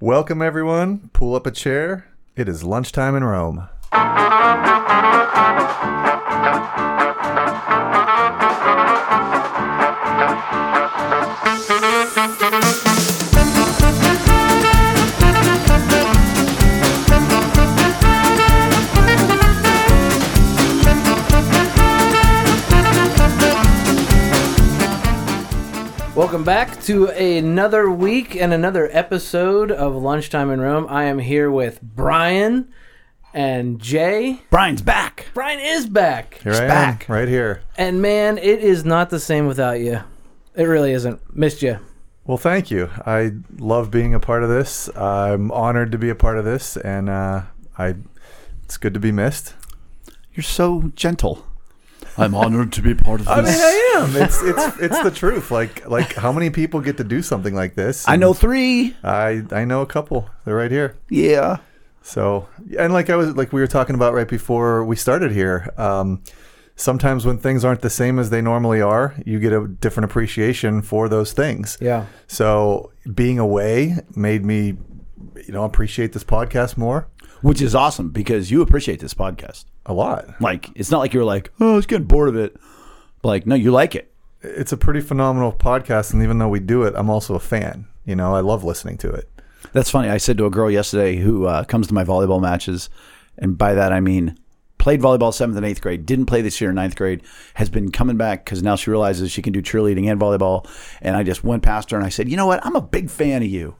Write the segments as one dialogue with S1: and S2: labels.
S1: Welcome, everyone. Pull up a chair. It is lunchtime in Rome.
S2: Welcome back to another week and another episode of Lunchtime in Rome. I am here with Brian and Jay.
S3: Brian's back.
S2: Brian is back.
S1: Here I am,
S3: back.
S1: right here.
S2: And man, it is not the same without you. It really isn't. Missed you.
S1: Well, thank you. I love being a part of this. I'm honored to be a part of this, and uh, I it's good to be missed.
S3: You're so gentle. I'm honored to be part of this.
S1: I mean, I am. It's it's it's the truth. Like like how many people get to do something like this?
S3: I know three.
S1: I I know a couple. They're right here.
S3: Yeah.
S1: So, and like I was, like we were talking about right before we started here, um, sometimes when things aren't the same as they normally are, you get a different appreciation for those things.
S2: Yeah.
S1: So, being away made me, you know, appreciate this podcast more
S3: Which is awesome because you appreciate this podcast.
S1: a lot.
S3: Like, it's not like you're like, oh, I was getting bored of it. Like, no, you like it.
S1: It's a pretty phenomenal podcast. And even though we do it, I'm also a fan. You know, I love listening to it.
S3: That's funny. I said to a girl yesterday who uh, comes to my volleyball matches, and by that I mean played volleyball seventh and eighth grade, didn't play this year in ninth grade, has been coming back because now she realizes she can do cheerleading and volleyball. And I just went past her and I said, "You know what? I'm a big fan of you,"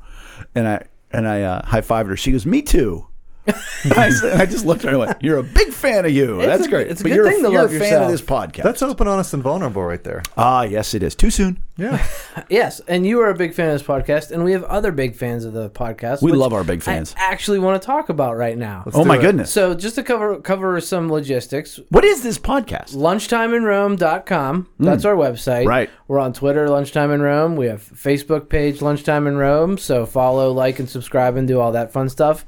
S3: and I and I uh, high fived her. She goes, "Me too." And I, said- I just looked at her and went, "You're a big fan of you. That's
S2: a-
S3: great.
S2: it's a
S3: but
S2: good
S3: you're
S2: thing
S3: a,
S2: to
S3: you're
S2: love
S3: a fan
S2: yourself.
S3: of this podcast.
S1: That's open, honest, and vulnerable right there.
S3: ah, yes, it is. Too soon.
S1: Yeah.
S2: Yes, and you are a big fan of this podcast, and we have other big fans of the podcast.
S3: We
S2: which
S3: love our big fans.
S2: I actually want to talk about right now.
S3: oh
S1: do
S3: my
S1: it.
S3: goodness.
S2: So just to cover cover some logistics,
S3: what is this podcast?
S2: lunchtimeinrome.com. That's our website.
S3: Hmm. Right.
S2: We're on Twitter, Lunchtime in Rome. We have Facebook page, Lunchtime in Rome. So follow, like, and subscribe and do all that fun stuff.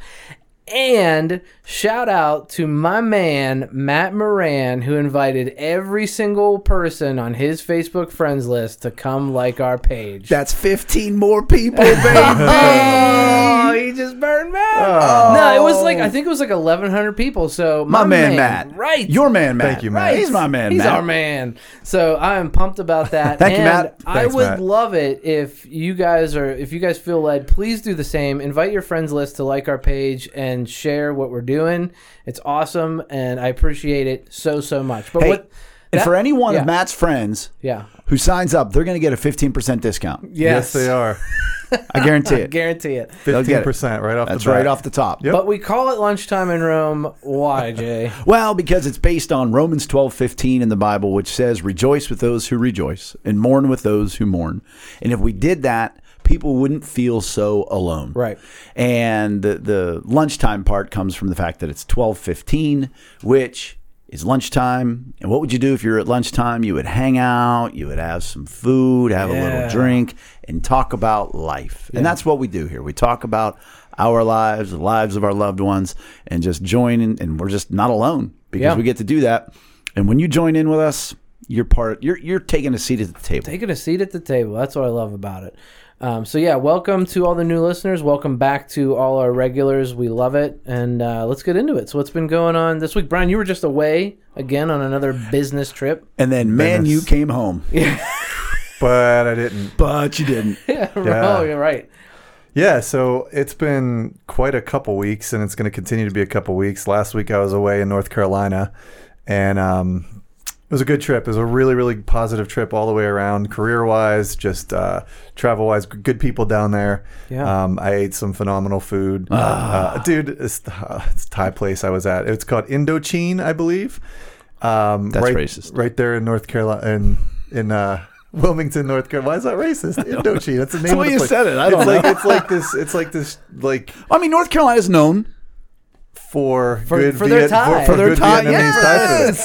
S2: And shout out to my man, Matt Moran, who invited every single person on his Facebook friends list to come like our page.
S3: That's 15 more people, baby.
S2: Oh, he just burned Matt. No, it was like I think it was like eleven hundred people. So
S3: Oh. My man, Matt.
S2: right?
S3: Your man, Matt.
S1: Thank you, Matt.
S3: He's my man,
S2: He's
S3: Matt.
S2: our man. So I am pumped about that.
S3: Thank you,
S2: and
S3: Matt.
S2: I
S1: Thanks,
S2: would
S1: Matt.
S2: love it if you guys are if you guys feel led, please do the same. Invite your friends list to like our page and share what we're doing. It's awesome and I appreciate it so so much. But
S3: Hey,
S2: what
S3: and
S2: that-
S3: for any one
S2: yeah.
S3: of Matt's friends
S2: yeah.
S3: who signs up, they're going to get a 15% discount.
S1: Yes, they are.
S3: I guarantee it.
S2: Guarantee it.
S3: They'll get it.
S1: 15% right off
S3: That's
S1: the bat.
S3: right off the top.
S1: Yep.
S2: But we call it lunchtime in Rome. Why, Jay?
S3: Well, because it's based on Romans twelve fifteen in the Bible, which says, Rejoice with those who rejoice and mourn with those who mourn. And if we did that, people wouldn't feel so alone.
S2: Right.
S3: And the, the lunchtime part comes from the fact that it's twelve fifteen, which is lunchtime. And what would you do if you're at lunchtime? You would hang out, you would have some food, have a
S2: Yeah.
S3: little drink, and talk about life. And that's what we do here. We talk about our lives, the lives of our loved ones, and just join in. And we're just not alone because
S2: Yeah.
S3: we get to do that. And when you join in with us, you're part. You're you're taking a seat at the table.
S2: taking a seat at the table. That's what I love about it. Um, so yeah, welcome to all the new listeners. Welcome back to all our regulars. We love it, and uh, let's get into it. So what's been going on this week, Brian? You were just away again on another business trip.
S3: And then, man,
S1: Goodness.
S3: you came home,
S1: but I didn't.
S3: but you didn't.
S2: yeah. Oh, you're right.
S1: Yeah, so it's been quite a couple weeks, and it's going to continue to be a couple weeks. Last week I was away in North Carolina, and um, it was a good trip. It was a really, really positive trip all the way around, career wise, just uh, travel wise. Good people down there.
S2: Yeah.
S1: Um, I ate some phenomenal food,
S3: Ah.
S1: uh, dude. It's, uh, it's a Thai place I was at. It's called Indochine, I believe. Um,
S3: That's
S1: right,
S3: racist.
S1: Right there in North Carolina, in in uh, Wilmington, North Carolina. Why is that racist? Indochine. That's the name
S3: the
S1: of
S3: way
S1: the
S3: you
S1: place.
S3: said it. I
S1: It's
S3: don't
S1: like- it's like this. It's like this. Like
S3: I mean, North Carolina's known
S1: for, good
S2: for their
S1: Viet-
S2: Thai.
S1: for,
S2: For
S3: for their
S1: good
S3: Thai.
S1: Vietnamese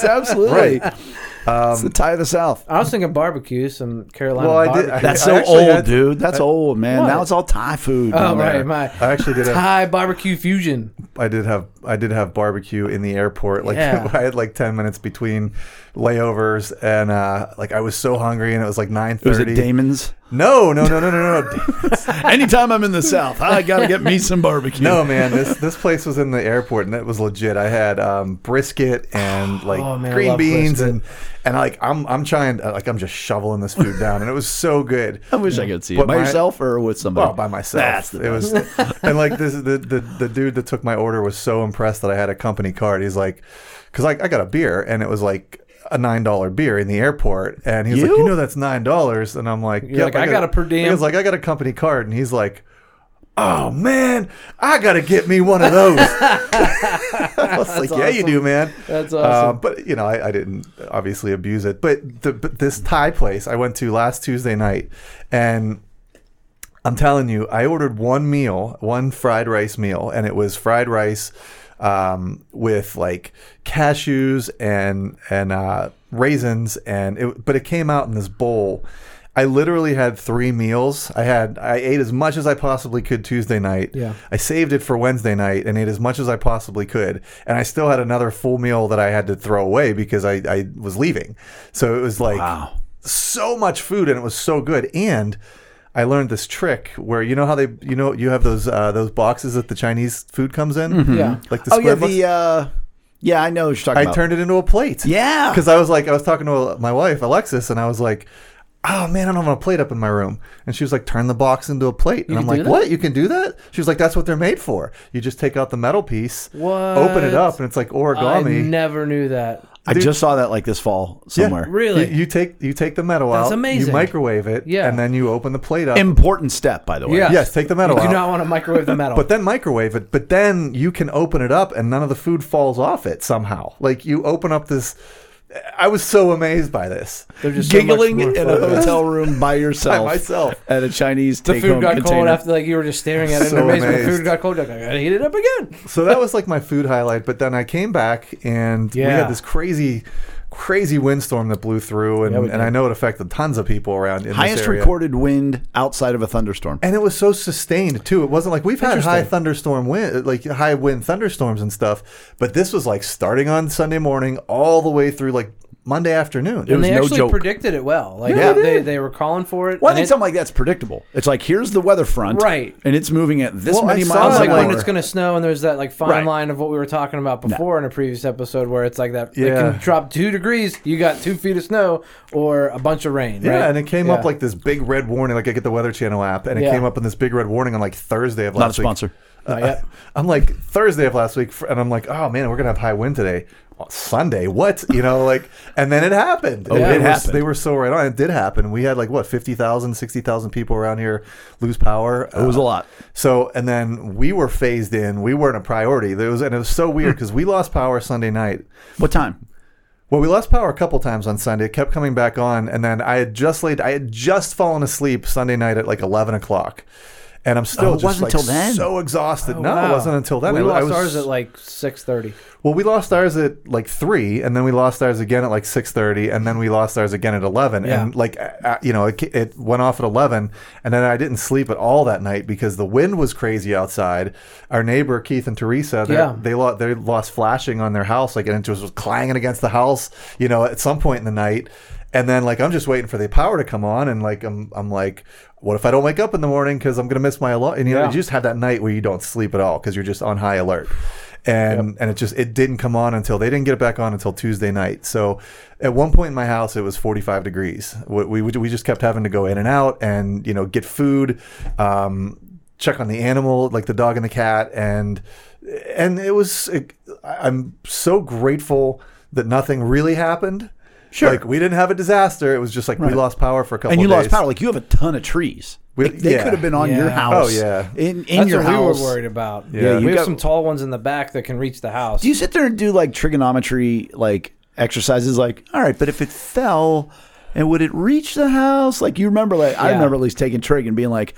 S3: Yes,
S1: Thai food. Um,
S3: absolutely. it's the Thai of the South.
S2: I was thinking barbecue, some Carolina
S1: Well, I did-
S2: barbecue.
S1: I-
S3: That's so
S1: actually
S3: old,
S1: had-
S3: dude. That's old, man.
S2: What?
S3: Now it's all Thai food.
S2: oh
S3: down
S2: right,
S3: there.
S2: my
S1: I actually did. Have,
S2: Thai barbecue fusion.
S1: I did have I did have barbecue in the airport. Like
S2: Yeah.
S1: I had like ten minutes between layovers, and uh, like I was so hungry, and it was like nine
S3: It was
S1: thirty.
S3: at Damon's.
S1: no, no, no, no, no, no,
S3: Anytime I'm in the South, I gotta get me some barbecue.
S1: no, man. This this place was in the airport, and it was legit. I had um, brisket and like
S2: Oh, man, I
S1: green
S2: love
S1: beans,
S2: brisket.
S1: and and like I'm I'm trying like I'm just shoveling this food down, and it was so good.
S3: I wish I could see it
S1: But
S3: by
S1: my-
S3: yourself or with somebody.
S1: Well, by myself.
S3: That's the
S1: it was, and like this, the, the the dude that took my order was so impressed that I had a company card. He's like, because like I got a beer and it was like a nine dollar beer in the airport, and he's like,
S3: You?
S1: you know that's nine dollars, and I'm like, yeah,
S2: like, I got a per diem.
S1: He was like, I got a company card, and he's like. Oh man, I gotta get me one of those. I was like, "Yeah, you
S2: awesome.
S1: do, man."
S2: That's
S1: Uh,
S2: awesome.
S1: but you know, I, I didn't obviously abuse it. But, the, but this Thai place I went to last Tuesday night, and I'm telling you, I ordered one meal, one fried rice meal, and it was fried rice um, with like cashews and and uh, raisins, and it, but it came out in this bowl. I literally had three meals. I had I ate as much as I possibly could Tuesday night.
S2: Yeah.
S1: I saved it for Wednesday night and ate as much as I possibly could, and I still had another full meal that I had to throw away because I, I was leaving. So it was like
S3: Wow.
S1: so much food and it was so good and I learned this trick where you know how they you know you have those uh, those boxes that the Chinese food comes in
S2: Yeah.
S1: like the
S3: oh
S1: square
S3: yeah,
S1: box.
S3: the uh, yeah, I know what you're talking
S1: I
S3: about.
S1: turned it into a plate
S3: yeah,
S1: because I was like I was talking to my wife Alexis and I was like oh man I don't have a plate up in my room and she was like turn the box into a plate and I'm
S2: can do
S1: like
S2: that?
S1: what you can do that she was like that's what they're made for you just take out the metal piece open it
S2: What?
S1: up and it's like
S2: I
S1: origami
S2: never knew that.
S3: I just saw that like this fall
S1: Yeah.
S3: somewhere.
S2: Really?
S1: you, you take you take the metal
S2: That's
S1: out
S2: amazing.
S1: you microwave it
S2: Yeah.
S1: and then you open the plate up
S3: Important step, by the way.
S2: Yeah.
S1: Yes, take the metal
S2: You do
S1: out.
S2: not want to microwave the metal.
S1: but then microwave it. But then you can open it up, and none of the food falls off it somehow. Like you open up this. I was so amazed by this.
S2: They're just so much
S3: Giggling
S2: more
S3: in a
S2: fun.
S1: uh,
S3: hotel room by
S1: By
S3: yourself
S1: myself.
S3: at a Chinese
S2: The
S3: take-home
S2: food got
S3: container.
S2: cold after like you were just staring at it
S1: So
S2: in amazement. The
S1: amazed.
S2: food got cold. You're Like, I gotta heat it up again.
S1: So that was like my food highlight. But then I came back, and we
S2: Yeah.
S1: had this crazy, crazy windstorm that blew through, and,
S2: Yeah, we
S1: and
S2: did.
S1: I know it affected tons of people around in
S3: Highest
S1: this area.
S3: recorded wind outside of a thunderstorm.
S1: and it was so sustained too. It wasn't like we've had high
S2: Interesting.
S1: thunderstorm wind, like high wind thunderstorms and stuff, but this was like starting on Sunday morning all the way through like Monday afternoon.
S2: And
S3: was
S2: they
S3: no
S2: actually
S3: joke.
S2: predicted it well. Like
S1: Yeah,
S2: they,
S1: they
S2: they,
S1: did.
S2: were calling for it.
S3: Well, I
S2: and
S3: think
S2: it-
S3: something like that's predictable. It's like here's the weather front,
S2: Right.
S3: And it's moving at this
S1: Well, I
S3: many
S1: saw
S3: miles
S2: It's like
S3: an
S2: when
S3: hour.
S2: it's going to snow, and there's that like fine
S3: Right.
S2: line of what we were talking about before in a previous episode, where it's like that. It
S1: Yeah.
S2: can drop two degrees, you got two feet of snow or a bunch of rain.
S1: Yeah,
S2: right?
S1: and it came up
S2: Yeah.
S1: like this big red warning. Like I get the Weather Channel app, and it
S2: Yeah.
S1: came up in this big red warning on like Thursday of
S3: Not a
S1: last week. Uh,
S3: sponsor.
S2: Not yet.
S1: I'm like Thursday of last week, fr- and I'm like, oh man, we're gonna have high wind today. Oh, Sunday, what? You know, like, and then it happened.
S3: Oh,
S1: And
S3: it
S1: they were-
S3: happened.
S1: They were so right on. It did happen. We had like what 50,000, 60,000 people around here lose power. Uh,
S3: It was a lot.
S1: So, and then we were phased in. We weren't a priority. There was, and it was so weird because we lost power Sunday night.
S3: What time?
S1: Well, we lost power a couple times on Sunday. It kept coming back on, and then I had just laid. I had just fallen asleep Sunday night at like eleven o'clock, and I'm still
S3: Oh, it
S1: just
S3: wasn't
S1: like
S3: till then.
S1: so exhausted. no,
S2: Oh, Wow.
S1: it wasn't until then.
S2: We
S1: I,
S2: lost
S1: I was,
S2: ours at like six thirty.
S1: well, we lost ours at like three, and then we lost ours again at like six thirty, and then we lost ours again at eleven,
S2: Yeah.
S1: and like uh, uh, you know, it, ca- it went off at eleven, and then I didn't sleep at all that night because the wind was crazy outside. Our neighbor Keith and Teresa, they-
S2: Yeah.
S1: they lost they lost flashing on their house, like and it just was clanging against the house, you know, at some point in the night. And then, like, I'm just waiting for the power to come on, and like, I'm, I'm like, what if I don't wake up in the morning because I'm gonna miss my alarm? And you
S2: Yeah.
S1: know, you just have that night where you don't sleep at all because you're just on high alert and and it just it didn't come on until they didn't get it back on until Tuesday night. So at one point in my house it was 45 degrees. We we, we just kept having to go in and out and you know get food, um, check on the animal like the dog and the cat and and it was it, I- I'm so grateful that nothing really happened.
S3: Sure.
S1: Like we didn't have a disaster. It was just like we lost power for a couple
S3: and you lost
S1: days.
S3: power. Like you have a ton of trees.
S1: We-
S3: Like, they
S1: yeah.
S3: could have been on
S2: Yeah.
S3: your
S1: Oh,
S3: house.
S1: yeah.
S3: in, in
S2: That's
S3: your
S2: what
S3: house.
S2: we were worried about.
S1: Yeah,
S2: we
S1: you
S2: have
S1: got-
S2: some tall ones in the back that can reach the house.
S3: Do you sit there and do like trigonometry like exercises? Like, all right, but if it fell, and would it reach the house? Like you remember, like I
S2: Yeah.
S3: remember at least taking trig and being like,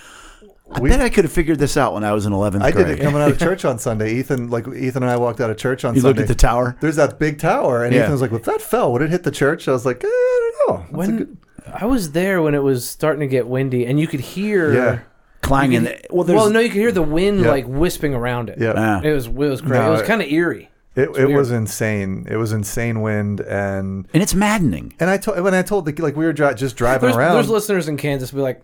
S3: I bet I could have figured this out when I was in eleventh
S1: I
S3: grade.
S1: did it coming out of church on Sunday. Ethan, like Ethan and I walked out of church on
S3: You
S1: Sunday.
S3: looked at the tower?
S1: There's that big tower, and
S3: Yeah.
S1: Ethan was like, "Well, if that fell. Would it hit the church?" I was like, "Eh, "I don't know." That's a
S2: when
S1: good-
S2: I was there when it was starting to get windy, and you could hear
S1: Yeah.
S3: clanging. well, there's
S2: well, no, you could hear the wind
S1: Yeah.
S2: like wisping around it.
S1: Yeah.
S3: Ah.
S2: It was it was crazy.
S1: No,
S2: it was
S1: it-
S2: kind of eerie.
S1: It, it
S2: weird.
S1: was insane. It was insane wind and
S3: and it's maddening.
S1: and I told when I told the like we were dri- just driving
S2: There's,
S1: around.
S2: there's listeners in Kansas be like,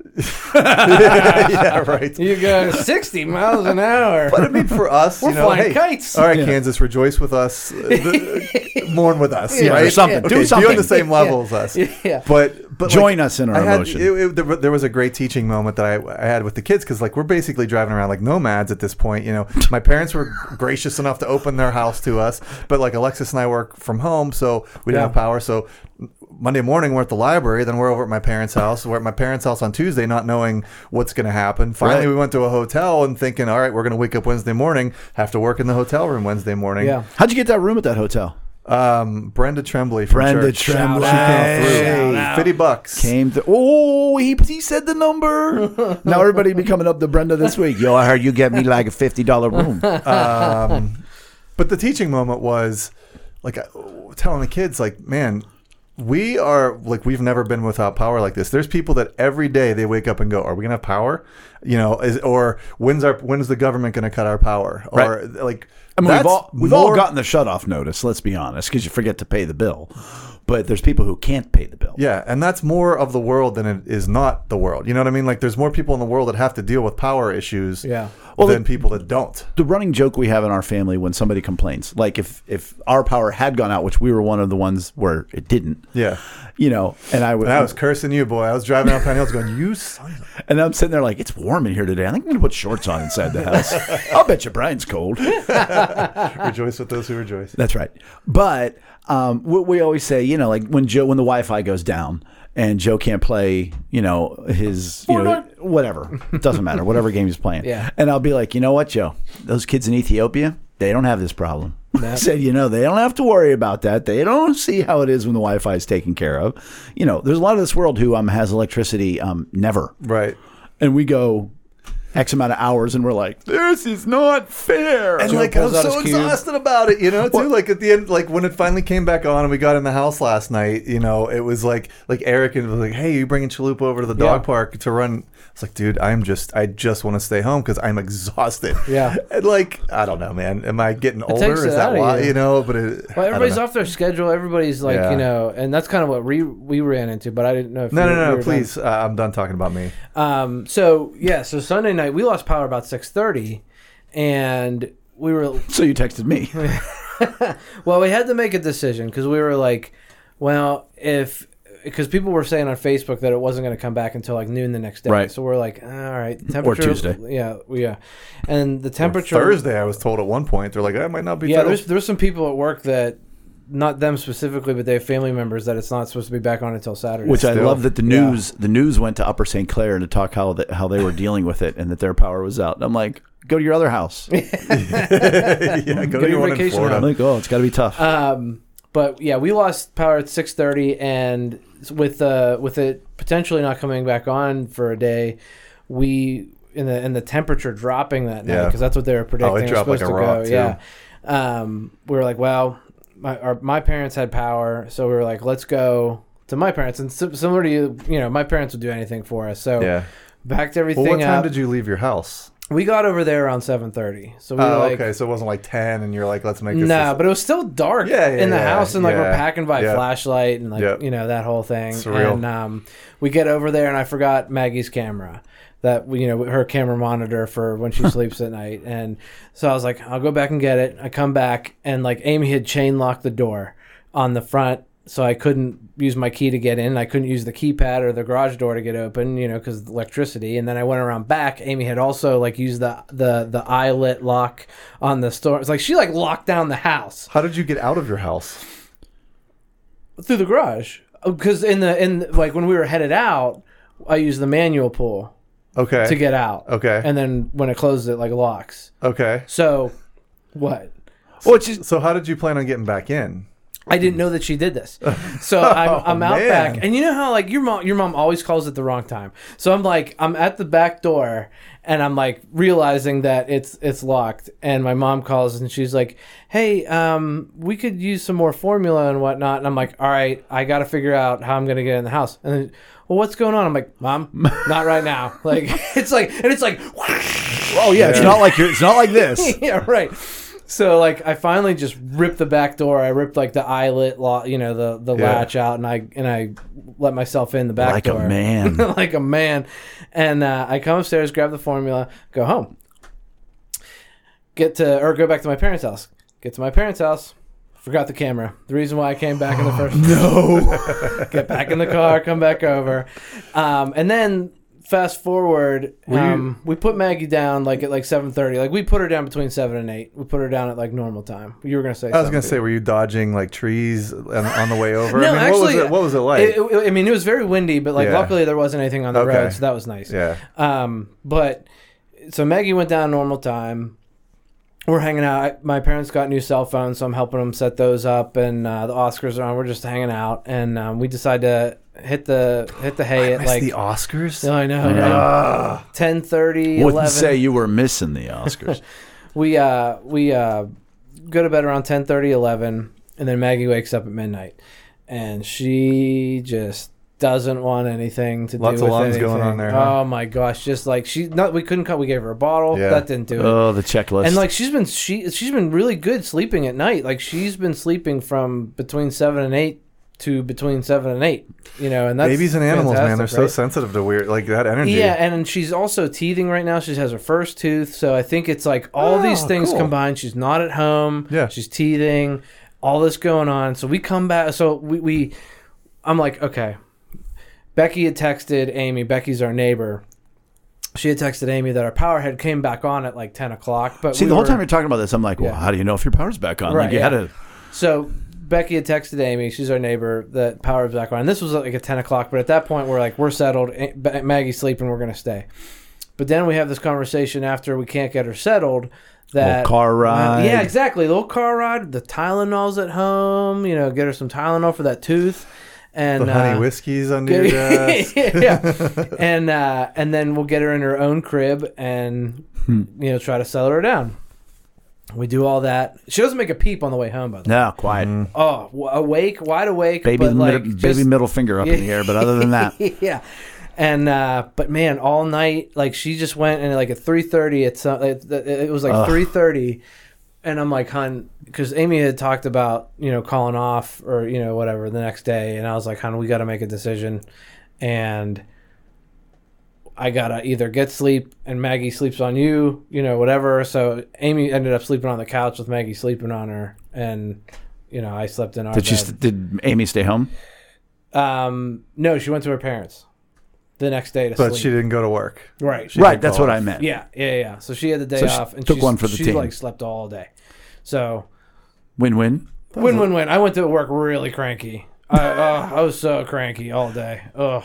S1: yeah, right.
S2: you go 60 miles an hour.
S1: But I mean, for us,
S2: We're
S1: you know,
S2: flying
S1: hey,
S2: kites.
S1: All right, Kansas, rejoice with us, uh, the- mourn with us,
S2: Yeah,
S1: right?
S2: or
S3: something. Do
S1: Okay, Be on
S3: something.
S1: the same level as us.
S2: Yeah.
S1: But but
S3: Join
S1: like,
S3: us in our
S1: I had,
S3: emotion.
S1: It, it, there, there was a great teaching moment that I, I had with the kids because like we're basically driving around like nomads at this point. You know, my parents were gracious enough to open their house to us, but like Alexis and I work from home, so we
S2: Yeah.
S1: didn't have power. So Monday morning we're at the library, then we're over at my parents' house. We're at my parents' house on Tuesday, not knowing what's going to happen. Finally,
S3: Right.
S1: we went to a hotel and thinking, all right, we're going to wake up Wednesday morning, have to work in the hotel room Wednesday morning.
S2: Yeah.
S3: How'd you get that room at that hotel?
S1: Um, Brenda Tremblay from
S3: Brenda
S1: church.
S3: Tremblay.
S1: She came through.
S3: Shout
S2: out.
S1: 50 bucks.
S3: Came th- oh, he, he said the number. now everybody be coming up to Brenda this week. Yo, I heard you get me like a fifty dollar room.
S1: um, but the teaching moment was like I- telling the kids like man we are like we've never been without power like this there's people that every day they wake up and go are we gonna have power you know is, or when's our when's the government gonna cut our power or like
S3: I mean,
S1: that's
S3: we've all we've all
S1: more-
S3: gotten the shut off notice. Let's be honest, because you forget to pay the bill. But there's people who can't pay the bill.
S1: yeah and that's more of the world than it is not the world you know what i mean like there's more people in the world that have to deal with power issues
S2: Yeah.
S1: well, than people that don't
S3: the running joke we have in our family when somebody complains, like if if our power had gone out, which we were one of the ones where it didn't.
S1: yeah
S3: You know, and I would,
S1: and i was cursing you boy i was driving up pine hills going you son of a-"
S3: and I'm sitting there like, it's warm in here today. I think I'm gonna put shorts on inside the house. I'll bet you Brian's cold.
S1: rejoice with those who rejoice
S3: That's right. But um, we, we always say, you know, like when Joe, when the Wi-Fi goes down and Joe can't play, you know, his, you know, whatever, it doesn't matter, whatever game he's playing.
S2: Yeah.
S3: And I'll be like, you know what, Joe, those kids in Ethiopia, they don't have this problem. I said, you know, they don't have to worry about that. They don't see how it is when the Wi-Fi is taken care of. You know, there's a lot of this world who um, has electricity um, never,
S1: right
S3: and we go. X amount of hours, and we're like, this is not fair.
S1: And like I was
S2: pulls out
S1: so
S2: his cube.
S1: exhausted about it, you know, too. Like at the end, like when it finally came back on and we got in the house last night, you know, it was like like Eric and was like, "Hey, you bringing Chalupa over to the dog
S2: Yeah.
S1: park to run?" It's like, dude, I'm just I just want to stay home because I'm exhausted.
S2: Yeah.
S1: and like I don't know, man. Am I getting older?
S2: takes
S1: Is
S2: it
S1: that
S2: outta
S1: why?
S2: you.
S1: You know, but it, I
S2: Well,
S1: don't
S2: everybody's
S1: know.
S2: off their schedule. Everybody's like,
S1: Yeah.
S2: you know, and that's kind of what we we ran into. But I didn't know. if
S1: No,
S2: you-
S1: no,
S2: you
S1: no,
S2: were
S1: no.
S2: done.
S1: Please, uh, I'm done talking about me.
S2: Um, so yeah, so Sunday night we lost power about six thirty, and we were
S3: so you texted me.
S2: well, we had to make a decision because we were like, well, if because people were saying on Facebook that it wasn't going to come back until like noon the next day,
S3: Right.
S2: So we're like, all right, temperature
S3: Tuesday.
S2: yeah, yeah, and the temperature
S1: Thursday, I was told at one point they're like, "I might not be."
S2: Yeah,
S1: total-
S2: there's there's some people at work that. Not them specifically, but they have family members that it's not supposed to be back on until Saturday.
S3: Which I
S1: Still.
S3: love that the news the news went to Upper St. Clair to talk how the, how they were dealing with it and that their power was out. And I'm like, go to your other house. I'm
S1: yeah, go
S2: to
S1: to your
S2: your
S1: one in
S2: vacation
S1: Florida.
S2: home.
S3: like, oh, it's got to be tough.
S2: Um, but yeah, we lost power at six thirty, and with uh, with it potentially not coming back on for a day, we in the and the temperature dropping that night
S1: Yeah. Oh,
S2: because that's what they were predicting. was
S1: dropped like
S2: supposed
S1: a
S2: to
S1: rock,
S2: go.
S1: too.
S2: Yeah, um, we were like, well, my our, my parents had power, so we were like, let's go to my parents. And sim- similar to you, you know, my parents would do anything for us. So
S1: Yeah.
S2: backed
S1: Well,
S2: everything
S1: what time
S2: up.
S1: did you leave your house?
S2: we got over there around seven thirty. So we were
S1: Oh,
S2: like,
S1: okay, so it wasn't like ten, and you're like, "Let's make
S2: no,
S1: this." this-
S2: but it was still dark
S1: Yeah, yeah,
S2: in the
S1: yeah,
S2: house, and like we're
S1: yeah,
S2: packing by
S1: yeah.
S2: flashlight, and like
S1: Yep.
S2: you know that whole thing.
S1: Surreal.
S2: And um, we get over there, and I forgot Maggie's camera, that you know her camera monitor for when she sleeps at night, and so I was like, I'll go back and get it. I come back, and like Amy had chain locked the door on the front. So I couldn't use my key to get in. I couldn't use the keypad or the garage door to get open, you know, because electricity. And then I went around back. Amy had also like used the the the eyelet lock on the store. It's like she like locked down the house
S1: How did you get out of your house?
S2: through the garage because in the in like when we were headed out i used the manual pull
S1: Okay.
S2: to get out
S1: Okay.
S2: and then when it closes it like locks
S1: okay.
S2: so what
S3: well, it's just,
S1: So how did you plan on getting back in?
S2: I didn't know that she did this. So I'm, I'm out
S1: man.
S2: back. And you know how like your mom your mom always calls at the wrong time. So I'm like I'm at the back door and I'm like realizing that it's it's locked and my mom calls and she's like, "Hey, um we could use some more formula and whatnot." And I'm like, "All right, I got to figure out how I'm going to get in the house." And then, "Well, what's going on?" I'm like, "Mom, not right now." Like it's like and it's like
S3: Oh yeah, it's not like you're, it's not like this.
S2: yeah, right. So like I finally just ripped the back door. I ripped like the eyelet, lo- you know, the the
S1: Yeah.
S2: latch out, and I and I let myself in the back
S3: Like a
S2: door
S3: man.
S2: like a man. And uh, I come upstairs, grab the formula, go home, get to or go back to my parents' house. Get to my parents' house, forgot the camera. The reason why I came back in the first
S3: No.
S2: get back in the car, come back over, um, and then fast forward. Um, we put Maggie down like at like seven thirty. Like we put her down between seven and eight. We put her down at like normal time. You were gonna say.
S1: I was
S2: something.
S1: gonna say, were you dodging like trees on, on the way over? I
S2: No,
S1: mean, what was
S2: actually,
S1: it? What was it like?
S2: It, it- I mean, it was very windy, but like
S1: Yeah.
S2: luckily there wasn't anything on the
S1: Okay.
S2: road, so that was nice.
S1: yeah,
S2: Um, but so Maggie went down normal time. We're hanging out. I- My parents got new cell phones, so I'm helping them set those up. And uh, the Oscars are on. We're just hanging out, and um, we decide to hit the hit the hay at
S1: Missed
S2: like
S1: the Oscars. Uh,
S2: No, I know.
S3: I know.
S1: Ugh.
S2: Ten thirty,
S3: Wouldn't
S2: eleven.
S3: say you were missing the Oscars.
S2: we uh we uh go to bed around 10 11 and then maggie wakes up at midnight and she just doesn't want anything to
S1: Lots
S2: do
S1: of
S2: with
S1: lungs going
S2: anything.
S1: on there, huh?
S2: oh my gosh just like she not we couldn't come we gave her a bottle
S1: Yeah.
S2: that didn't do it
S3: oh, the checklist.
S2: and like she's been she she's been really good sleeping at night like she's been sleeping from between seven and eight to between seven and eight you know and that's
S1: Babies and animals, man, they're
S2: fantastic,
S1: so
S2: right?
S1: sensitive to weird like that energy.
S2: Yeah, and she's also teething right now. She has her first tooth, so I think it's like all
S1: Oh,
S2: these things
S1: cool.
S2: combined. She's not at home.
S1: Yeah.
S2: she's teething. All this going on. So we come back. So we, we I'm like, okay. Becky had texted Amy. Becky's our neighbor. She had texted Amy that our power head came back on at like 10 o'clock. But
S3: See,
S2: we
S3: the whole
S2: were-
S3: time you're talking about this, I'm like, well,
S2: Yeah.
S3: how do you know if your power's back on?
S2: Right,
S3: like you
S2: yeah.
S3: had to.
S2: So Becky had texted Amy. She's our neighbor. That power of Zachariah. And this was like at ten o'clock. But at that point, we're like, we're settled. A- B- Maggie's sleeping. We're gonna stay. But then we have this conversation after we can't get her settled. That Uh,
S3: Little car ride.
S2: yeah, exactly. Little car ride. The Tylenols at home. You know, get her some Tylenol for that tooth. And
S1: the honey
S2: uh,
S1: whiskeys under your
S2: yeah,
S1: desk.
S2: yeah. and uh, and then we'll get her in her own crib and you know try to settle her down. We do all that. She doesn't make a peep on the way home, by the way.
S3: No, quiet.
S2: Oh, w- awake, wide awake,
S3: Baby,
S2: but like
S3: mid-
S2: just-
S3: baby middle finger up in the air. But other than that,
S2: yeah. And uh, but man, all night like she just went and like at three thirty, it's uh, it, it was like
S3: Ugh.
S2: three thirty, and I'm like, hun, because Amy had talked about you know calling off or you know whatever the next day, and I was like, hun, we got to make a decision, and I gotta either get sleep and Maggie sleeps on you, you know whatever. So Amy ended up sleeping on the couch with Maggie sleeping on her, and you know I slept in our
S3: did she?
S2: bed.
S3: St- did Amy stay home?
S2: Um, no, she went to her parents the next day to
S1: But she
S2: sleep.
S1: didn't go to work.
S2: right.
S1: She
S3: right,
S1: didn't
S3: that's
S1: call
S3: what
S1: off.
S3: I meant.
S2: yeah, yeah, yeah. So she had the day
S3: So she
S2: off and
S3: took
S2: she's-
S3: one for the
S2: she
S3: team.
S2: like slept all day. So
S3: Win-win.
S2: win, win, win. I went to work really cranky. I, uh, I was so cranky all day. Ugh.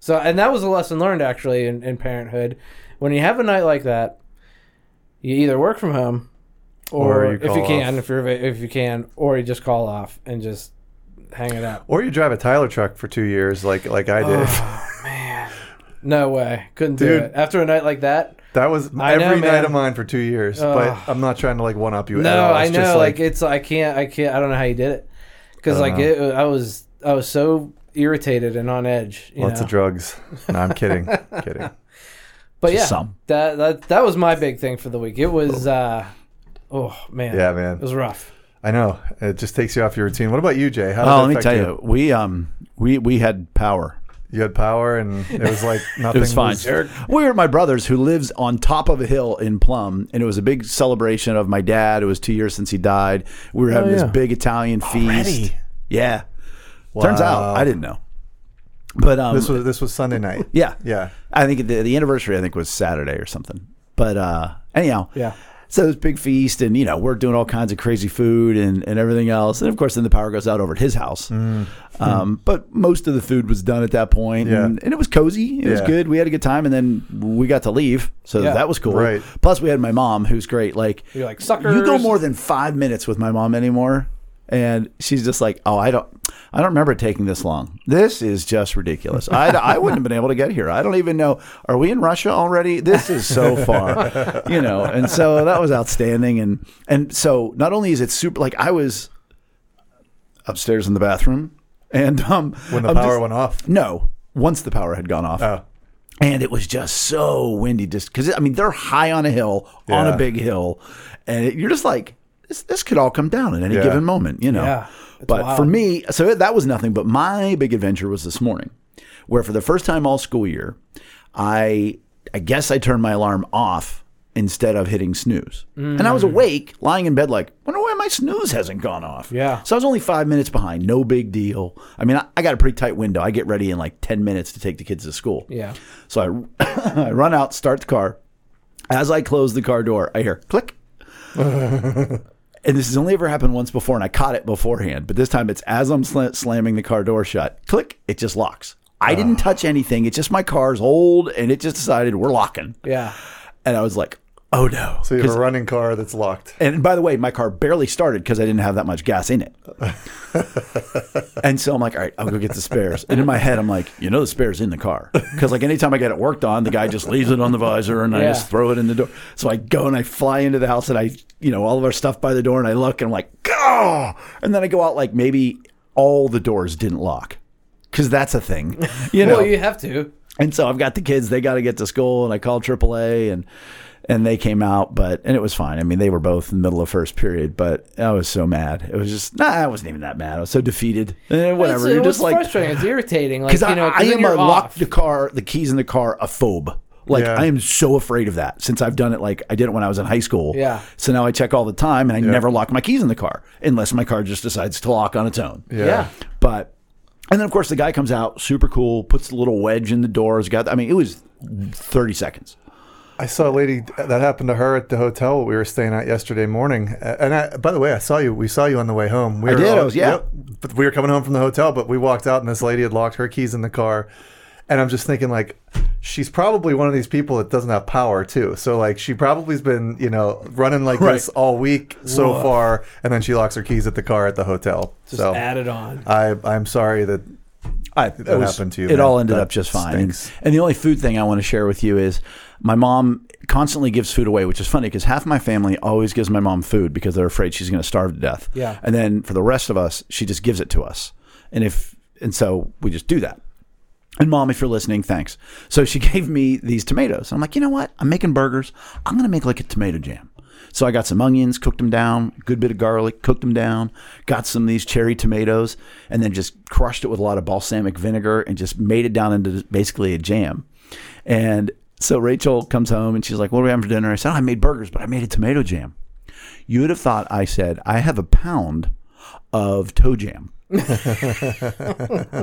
S2: So and that was a lesson learned actually in, in parenthood. When you have a night like that, you either work from home, or,
S1: Or you
S2: if you
S1: call
S2: can,
S1: off.
S2: if you're if you can, or you just call off and just hang it out.
S1: Or you drive a Tyler truck for two years, like like I did.
S2: No way, couldn't do
S1: Dude.
S2: it after a night like that.
S1: that was
S2: I know,
S1: every
S2: man.
S1: night of mine for two years.
S2: Ugh.
S1: but I'm not trying to like one up you. at
S2: No,
S1: all.
S2: I
S1: It's
S2: know.
S1: just,
S2: like, it's, I can't, I can't, I don't know how you did it, because
S1: I don't
S2: like
S3: Uh-huh.
S1: know.
S2: it, I was, I was so irritated and on edge. You
S1: lots
S2: know?
S1: of drugs. No, I'm kidding, kidding.
S2: but
S3: Just
S2: yeah,
S3: some.
S2: that that that was my big thing for the week. It was, uh, oh man,
S1: Yeah,
S2: it
S1: man.
S2: was rough.
S1: I know. It just takes you off your routine. What about you, Jay? How did
S3: Oh,
S1: it
S3: let me
S1: affect
S3: tell you, we um, we we had power.
S1: You had power, and it was like nothing.
S3: It was fine. We were at my brother's, who lives on top of a hill in Plum, and it was a big celebration of my dad. It was two years since he died. We were having
S2: yeah.
S3: this big Italian feast.
S1: Already?
S3: Yeah. Turns out I didn't know, but um,
S1: This was this was Sunday night.
S3: yeah,
S1: yeah.
S3: I think the, the anniversary I think was Saturday or something. But uh, anyhow,
S2: Yeah.
S3: So this big feast, and you know we're doing all kinds of crazy food and, and everything else, and of course then the power goes out over at his house. Um, but most of the food was done at that point,
S1: Mm. Hmm. Yeah.
S3: and, and it was cozy. It was
S1: Yeah.
S3: good. We had a good time, and then we got to leave, so
S2: Yeah.
S3: that was cool.
S1: Right.
S3: Plus we had my mom, who's great. Like
S2: You're like
S3: you
S2: suckers.
S3: go more than five minutes with my mom anymore, And she's just like, "Oh, I don't, I don't remember taking this long. This is just ridiculous. I, I wouldn't have been able to get here. I don't even know. Are we in Russia already? This is so far, you know." And so that was outstanding. And and so not only is it super, like I was upstairs in the bathroom, and um,
S1: when the
S3: I'm
S1: power
S3: just-
S1: went off.
S3: no, once the power had gone off,
S1: Oh,
S3: and it was just so windy just because i mean they're high on a hill on
S1: Yeah.
S3: a big hill and it, you're just like this, this could all come down at any
S1: Yeah.
S3: given moment you know
S2: Yeah, it's
S3: but
S2: wild.
S3: for me so that was nothing but my big adventure was this morning where for the first time all school year i i guess i turned my alarm off instead of hitting snooze and i was
S2: Mm.
S3: awake lying in bed like wonder why my snooze hasn't gone off
S2: Yeah.
S3: so I was only five minutes behind. No big deal. I mean, I, I got a pretty tight window. I get ready in like 10 minutes to take the kids to school.
S2: Yeah.
S3: So I, I run out, start the car. As I close the car door, I hear click. and this has only ever happened once before, and I caught it beforehand. But this time it's as I'm sla- slamming the car door shut, click, it just locks. I didn't touch anything. It's just my car's old, and it just decided we're locking.
S2: Yeah.
S3: And I was like, oh no.
S1: so you have
S3: 'Cause-
S1: a running car that's locked.
S3: and by the way, my car barely started because I didn't have that much gas in it. and so I'm like, all right, I'll go get the spares. And in my head, I'm like, you know, the spares in the car because like anytime I get it worked on, the guy just leaves it on the visor and I
S2: Yeah.
S3: just throw it in the door. So I go and I fly into the house and I, you know, all of our stuff by the door and I look and I'm like, go. And then I go out like maybe all the doors didn't lock because that's a thing, you know.
S2: Well, you have to.
S3: And so I've got the kids; they got to get to school, and I called AAA, and and they came out, but and it was fine. I mean, they were both in the middle of first period, but I was so mad. It was just nah, I wasn't even that mad. I was so defeated. Eh, whatever,
S2: It's,
S3: you're
S2: it was
S3: just like
S2: frustrating. It's irritating. Like
S3: because
S2: you know,
S3: I, I
S2: 'cause then
S3: am
S2: you're
S3: a lock
S2: off.
S3: the car, the keys in the car, a phobe. Like
S1: Yeah.
S3: I am so afraid of that since I've done it. Like I did it when I was in high school.
S2: Yeah.
S3: So now I check all the time, and I never lock my keys in the car unless my car just decides to lock on its own.
S1: Yeah.
S2: Yeah.
S3: But and then of course the guy comes out, super cool, puts a little wedge in the doors. Got I mean it was thirty seconds.
S1: I saw a lady that happened to her at the hotel we were staying at yesterday morning. Uh, And I, by the way, I saw you. We saw you on the way home. We
S3: I
S1: were
S3: did, I was- yeah.
S1: but we were coming home from the hotel, but we walked out and this lady had locked her keys in the car. And I'm just thinking, like, she's probably one of these people that doesn't have power too. So like, she probably's been, you know, running like
S3: Right.
S1: this all week so far, and then she locks her keys at the car at the hotel.
S2: Just
S1: so
S2: add it on.
S1: I, I'm sorry that
S3: I,
S1: That happened to you,
S3: It
S1: man.
S3: all ended
S1: That
S3: up just fine.
S1: stinks.
S3: And, and the only food thing I want to share with you is my mom constantly gives food away, which is funny because half my family always gives my mom food because they're afraid she's going to starve to death.
S2: Yeah.
S3: And then for the rest of us, she just gives it to us. And if and so we just do that. And mom, if you're listening, thanks. So she gave me these tomatoes. And I'm like, you know what? I'm making burgers. I'm going to make like a tomato jam. So I got some onions, cooked them down, good bit of garlic, cooked them down, got some of these cherry tomatoes, and then just crushed it with a lot of balsamic vinegar and just made it down into basically a jam. And so Rachel comes home and she's like, what are we having for dinner? I said, oh, I made burgers, but I made a tomato jam. You would have thought I said, I have a pound of toe jam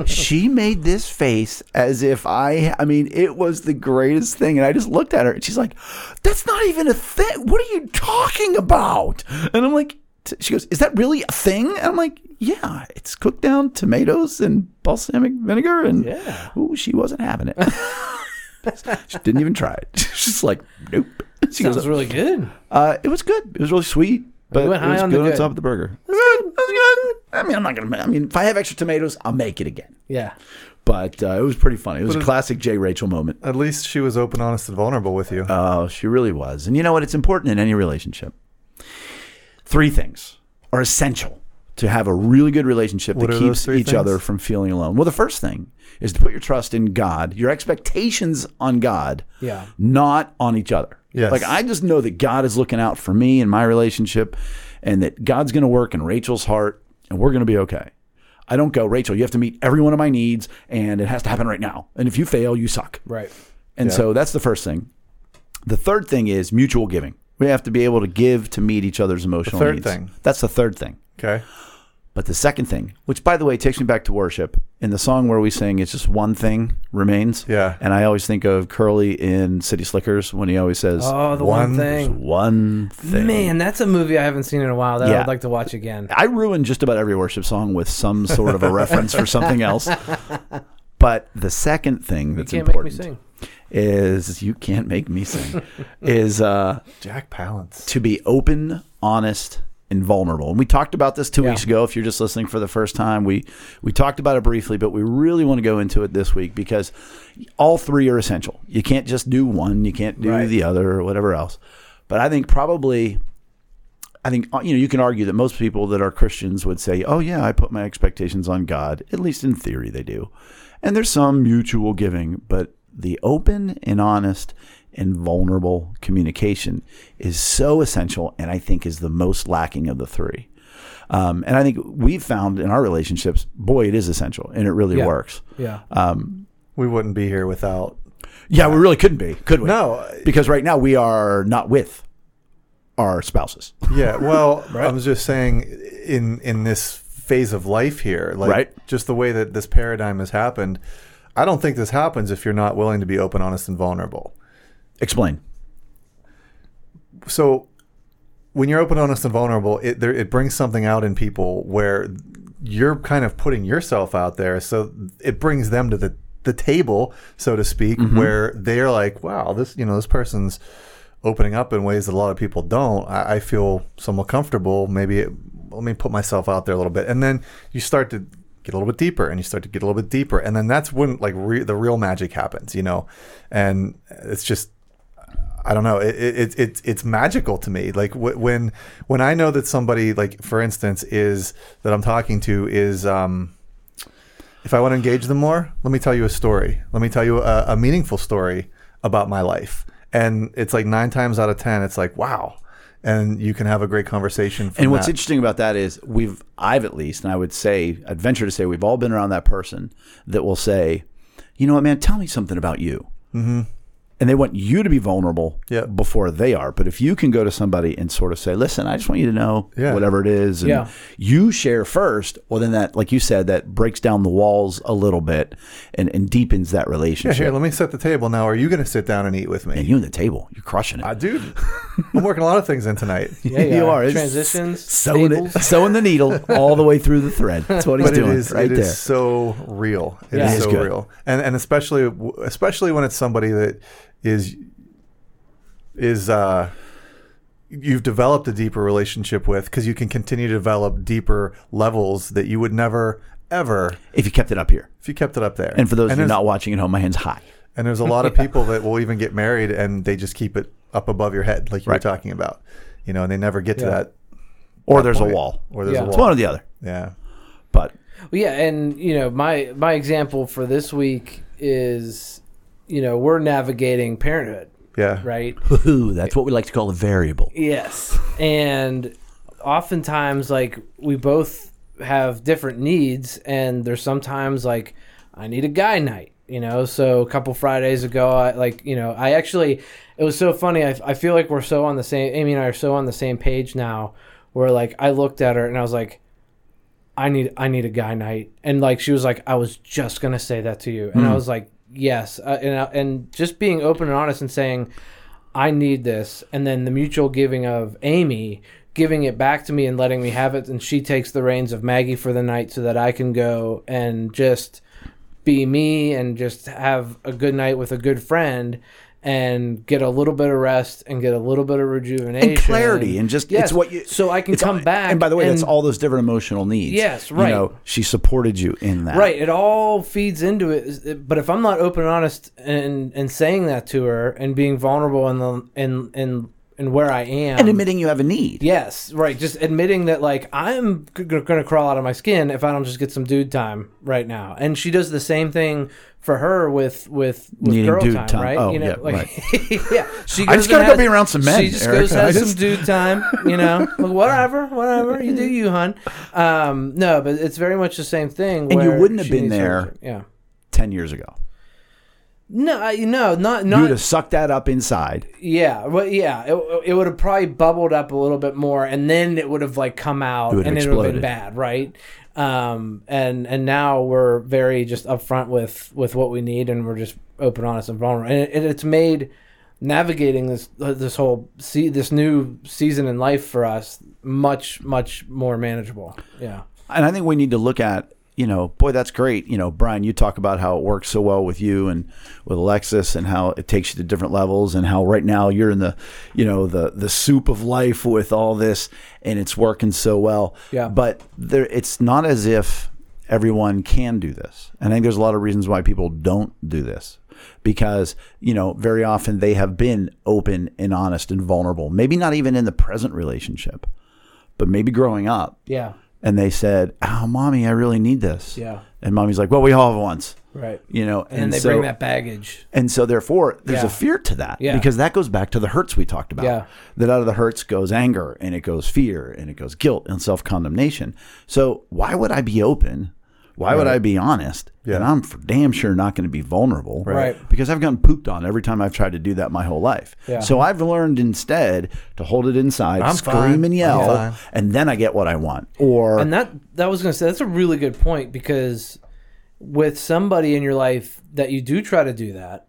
S3: she made this face as if I, I mean, it was the greatest thing. And I just looked at her and she's like, that's not even a thing. What are you talking about? And I'm like, t- she goes, is that really a thing? And I'm like, yeah, it's cooked down tomatoes and balsamic vinegar. And
S2: Yeah.
S3: ooh, she wasn't having it. she didn't even try it. She's like, nope. She
S2: Sounds
S3: goes,
S2: really good.
S3: uh, it was good. It was really sweet. But
S2: went
S3: it
S2: high
S3: was
S2: on the
S3: good on
S2: good.
S3: top of the burger. It was good. It was good. I mean, I'm not gonna. I mean, if I have extra tomatoes, I'll make it again
S2: Yeah.
S3: but uh, it was pretty funny. It was a classic Jay Rachel moment.
S1: at least she was open, honest, and vulnerable with you.
S3: Oh, she really was. And you know what? It's important in any relationship. Three things are essential to have a really good relationship
S1: What
S3: that
S1: are those
S3: keeps
S1: three
S3: each other
S1: things?
S3: from feeling alone. Well, the first thing is to put your trust in God, your expectations on God,
S2: Yeah.
S3: not on each other.
S1: Yes.
S3: Like I just know that God is looking out for me and my relationship and that God's going to work in Rachel's heart and we're going to be okay. I don't go, Rachel, you have to meet every one of my needs and it has to happen right now. And if you fail, you suck.
S2: Right.
S3: And
S1: Yeah.
S3: so that's the first thing. The third thing is mutual giving. We have to be able to give to meet each other's emotional
S1: third
S3: needs.
S1: thing.
S3: That's the third thing.
S1: Okay.
S3: But the second thing, which by the way takes me back to worship, in the song where we sing, it's just one thing remains.
S1: Yeah.
S3: And I always think of Curly in City Slickers when he always says,
S2: Oh, the one,
S1: One-
S3: "There's
S2: thing.
S3: one thing.
S2: Man, that's a movie I haven't seen in a while that
S3: Yeah.
S2: I'd like to watch again.
S3: I ruin just about every worship song with some sort of a reference for something else. But the second thing
S2: You
S3: that's
S2: can't
S3: important
S2: make me sing.
S3: is you can't make me sing is uh
S1: Jack Palance.
S3: to be open, honest, invulnerable. And we talked about this two
S2: Yeah.
S3: weeks ago. If you're just listening for the first time, we we talked about it briefly, but we really want to go into it this week because all three are essential. You can't just do one. You can't do
S2: Right.
S3: the other or whatever else. But I think probably. I think uh, you know you can argue that most people that are Christians would say, "Oh yeah, I put my expectations on God." At least in theory, they do. And there's some mutual giving, but the open and honest and vulnerable communication is so essential, and I think is the most lacking of the three. Um, and I think we've found in our relationships, boy, it is essential, and it really
S2: Yeah.
S3: works.
S2: Yeah.
S3: Uh,
S1: We wouldn't be here without.
S3: Yeah, we really couldn't be, could we?
S1: No, uh,
S3: because right now we are not with our spouses.
S1: yeah. Well, I was just saying in in this phase of life here, like
S3: Right.
S1: just the way that this paradigm has happened. I don't think this happens if you're not willing to be open, honest, and vulnerable.
S3: Explain.
S1: so when you're open, honest, and vulnerable, it there, it brings something out in people where you're kind of putting yourself out there. So it brings them to the the table, so to speak, where they're like, "Wow, this you know this person's opening up in ways that a lot of people don't." I, I feel somewhat comfortable. Maybe it, let me put myself out there a little bit, and then you start to get a little bit deeper and you start to get a little bit deeper and then that's when like re- the real magic happens you know and it's just I don't know. It, it, it, it's it's magical to me. Like wh- when when I know that somebody, like for instance, is that I'm talking to is, um, if I want to engage them more, let me tell you a story. Let me tell you a, a meaningful story about my life. And it's like nine times out of ten, it's like wow, and you can have a great conversation. From
S3: And what's
S1: that.
S3: interesting about that is we've, I've at least, and I would say, I'd venture to say we've all been around that person that will say, you know what, man, tell me something about you. Mm-hmm. And they want you to be vulnerable
S1: Yeah.
S3: before they are. But if you can go to somebody and sort of say, listen, I just want you to know
S1: Yeah.
S3: whatever it is, and
S2: Yeah.
S3: you share first, well, then that, like you said, that breaks down the walls a little bit and, and deepens that
S1: Yeah,
S3: relationship.
S1: here, let me set the table now. Are you going to sit down and eat with
S3: and
S1: me?
S3: you and the table, you're crushing it.
S1: I do. I'm working a lot of things in tonight.
S2: Yeah,
S3: you are. It's
S2: Transitions.
S3: sewing, it,
S2: staples.
S3: sewing the needle all the way through the thread. That's what he's
S1: but
S3: doing
S1: it is
S3: right
S1: it is
S3: there.
S1: so real. It is
S2: Yeah. It is
S1: so
S3: good.
S1: real, and and especially especially when it's somebody that is is uh, you've developed a deeper relationship with because you can continue to develop deeper levels that you would never ever
S3: if you kept it up here.
S1: if you kept it up there.
S3: And for those
S1: and
S3: of you
S1: there's-
S3: not watching at home, my hand's high.
S1: and there's a lot of people that will even get married and they just keep it up above your head, like you
S3: Right.
S1: were talking about, you know, and they never get to
S2: Yeah.
S1: that
S3: Or there's
S1: point.
S3: a wall.
S1: or there's
S2: Yeah.
S1: a
S3: It's one
S1: wall.
S3: or the other.
S1: Yeah.
S3: But
S2: Well, yeah, and you know, my my example for this week is, you know, we're navigating parenthood,
S1: Yeah.
S2: right?
S3: woohoo, that's what we like to call a variable.
S2: Yes. And oftentimes, like, we both have different needs, and there's sometimes, like, I need a guy night, you know? So a couple Fridays ago, I, like, you know, I actually, it was so funny. I, I feel like we're so on the same, Amy and I are so on the same page now, where, like, I looked at her and I was like, I need I need a guy night, and like she was like, I was just gonna say that to you, and
S3: Hmm.
S2: I was like, yes, uh, and I- and just being open and honest and saying, I need this, and then the mutual giving of Amy giving it back to me and letting me have it, and she takes the reins of Maggie for the night so that I can go and just be me and just have a good night with a good friend and get a little bit of rest and get a little bit of rejuvenation
S3: clarity and just- it's what you-
S2: so I can
S3: It's all-
S2: come back
S3: And by the way, that's
S2: and-
S3: all those different emotional needs.
S2: Yes,
S3: You
S2: right.
S3: know, she supported you in that.
S2: Right, it all feeds into it. But if I'm not open and honest and and saying that to her and being vulnerable in the in in in where I am,
S3: And admitting you have a need.
S2: yes, right, just admitting that like I'm g- g- gonna crawl out of my skin if I don't just get some dude time right now. And she does the same thing for her with with, with
S3: Needing
S2: girl
S3: dude
S2: time,
S3: time.
S2: right?
S3: Oh,
S2: you know,
S3: yeah,
S2: like yeah, she.
S3: I
S2: goes and
S3: just gotta go
S2: has-
S3: be around some men,
S2: She just
S3: Eric.
S2: goes
S3: I
S2: has some
S3: just-
S2: dude time, you know. Like, whatever, whatever you do, you hun. Um, no, but it's very much the same thing.
S3: And you
S2: where
S3: wouldn't have
S2: she
S3: been
S2: needs her-
S3: there
S2: yeah.
S3: 10 years ago.
S2: No, I- no, not
S3: You would
S2: not.
S3: have sucked that up inside.
S2: yeah, well, yeah. It, it would have probably bubbled up a little bit more, and then it would have like come out,
S3: It would have
S2: and it would have been
S3: exploded.
S2: bad, right? Um, and and now we're very just upfront with with what we need, and we're just open, honest, and vulnerable, and it, it's made navigating this uh, this whole see this new season in life for us much much more manageable. Yeah,
S3: And I think we need to look at you know, boy, that's great. You know, Brian, you talk about how it works so well with you and with Alexis and how it takes you to different levels and how right now you're in the, you know, the the soup of life with all this and it's working so well.
S2: Yeah.
S3: But there it's not as if everyone can do this. And I think there's a lot of reasons why people don't do this because, you know, very often they have been open and honest and vulnerable. Maybe not even in the present relationship, but maybe growing up
S2: Yeah.
S3: and they said, "Oh, mommy, I really need this."
S2: Yeah.
S3: And mommy's like, "Well, we all have once."
S2: Right.
S3: You know,
S2: And, they
S3: so,
S2: bring that baggage.
S3: And so, therefore, there's
S2: Yeah.
S3: a fear to that
S2: Yeah.
S3: because that goes back to the hurts we talked about.
S2: Yeah.
S3: That out of the hurts goes anger, and it goes fear, and it goes guilt and self condemnation. So why would I be open? Why would I be honest?
S1: Yeah.
S3: And I'm for damn sure not going to be vulnerable,
S2: Right.
S3: Because I've gotten pooped on every time I've tried to do that my whole life.
S2: Yeah.
S3: So I've learned instead to hold it inside,
S1: I'm
S3: scream
S1: fine. I'm
S3: and yell,
S1: fine.
S3: and then I get what I want. Or
S2: And that that was gonna say that's a really good point because with somebody in your life that you do try to do that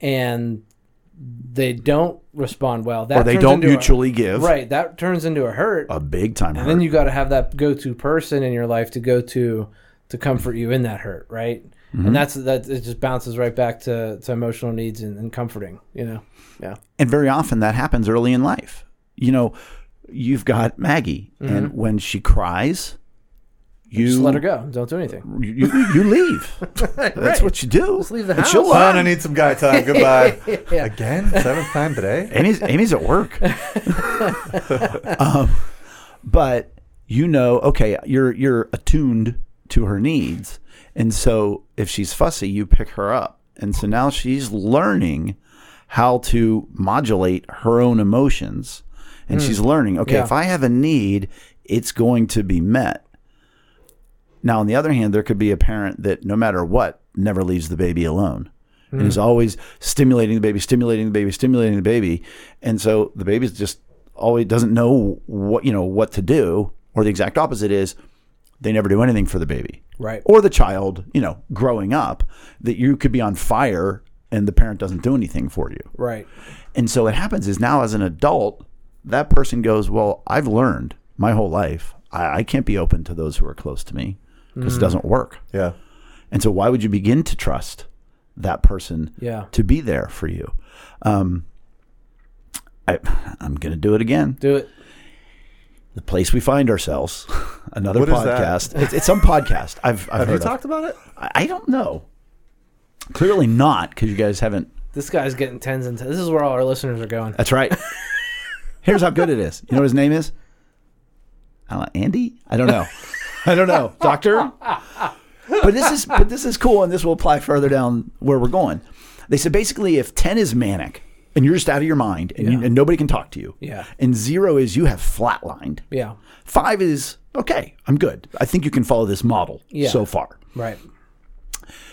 S2: and they don't respond well, that
S3: or they
S2: turns
S3: don't
S2: into a-
S3: mutually give.
S2: right, that turns into a hurt.
S3: A big time
S2: and then
S3: hurt.
S2: you got to have that go-to person in your life to go to to comfort you in that hurt, right?
S3: Mm-hmm.
S2: And that's that it just bounces right back to, to emotional needs and, and comforting, you know. Yeah.
S3: and very often that happens early in life. You know, you've got Maggie, and when she cries, Mm-hmm. you
S2: Just let her go. Don't do anything.
S3: You, you, you leave. That's what you do. Just
S2: leave the
S3: And she'll
S2: house.
S1: Son, I
S3: learn.
S1: need some guy time. Goodbye. Again? Seventh time today?
S3: Amy's, Amy's at work. um, but you know, okay, you're you're attuned to her needs, and so if she's fussy, you pick her up, and so now she's learning how to modulate her own emotions, and she's learning. Okay,
S2: Yeah.
S3: if I have a need, it's going to be met. Now, on the other hand, there could be a parent that no matter what never leaves the baby alone and is always stimulating the baby, stimulating the baby, stimulating the baby. And so the baby's just always doesn't know what, you know, what to do. Or the exact opposite is they never do anything for the baby
S2: Right.
S3: or the child, you know, growing up that you could be on fire and the parent doesn't do anything for you.
S2: Right.
S3: And so what happens is now as an adult, that person goes, Well, I've learned my whole life. I, I can't be open to those who are close to me
S1: Mm.
S3: because it doesn't work.
S1: Yeah.
S3: And so why would you begin to trust that person
S2: Yeah.
S3: to be there for you? Um, I, I'm going to do it again.
S2: Do it.
S3: The place we find ourselves, another
S1: What is that?
S3: podcast. It's, it's some podcast. I've, I've
S1: Have
S3: heard
S1: you
S3: of.
S1: talked about it?
S3: I I don't know. Clearly not, because you guys haven't.
S2: This guy's getting tens and tens. This is where all our listeners are going.
S3: That's right. Here's how good it is. You know what his name is? I don't know, Andy? I don't know. I don't know. Doctor? But this is but this is cool and this will apply further down where we're going. They said basically if 10 is manic and you're just out of your mind and, you,
S2: Yeah.
S3: and nobody can talk to you.
S2: Yeah.
S3: And 0 is you have flatlined.
S2: Yeah.
S3: 5 is okay, I'm good. I think you can follow this model
S2: Yeah.
S3: so far.
S2: Right.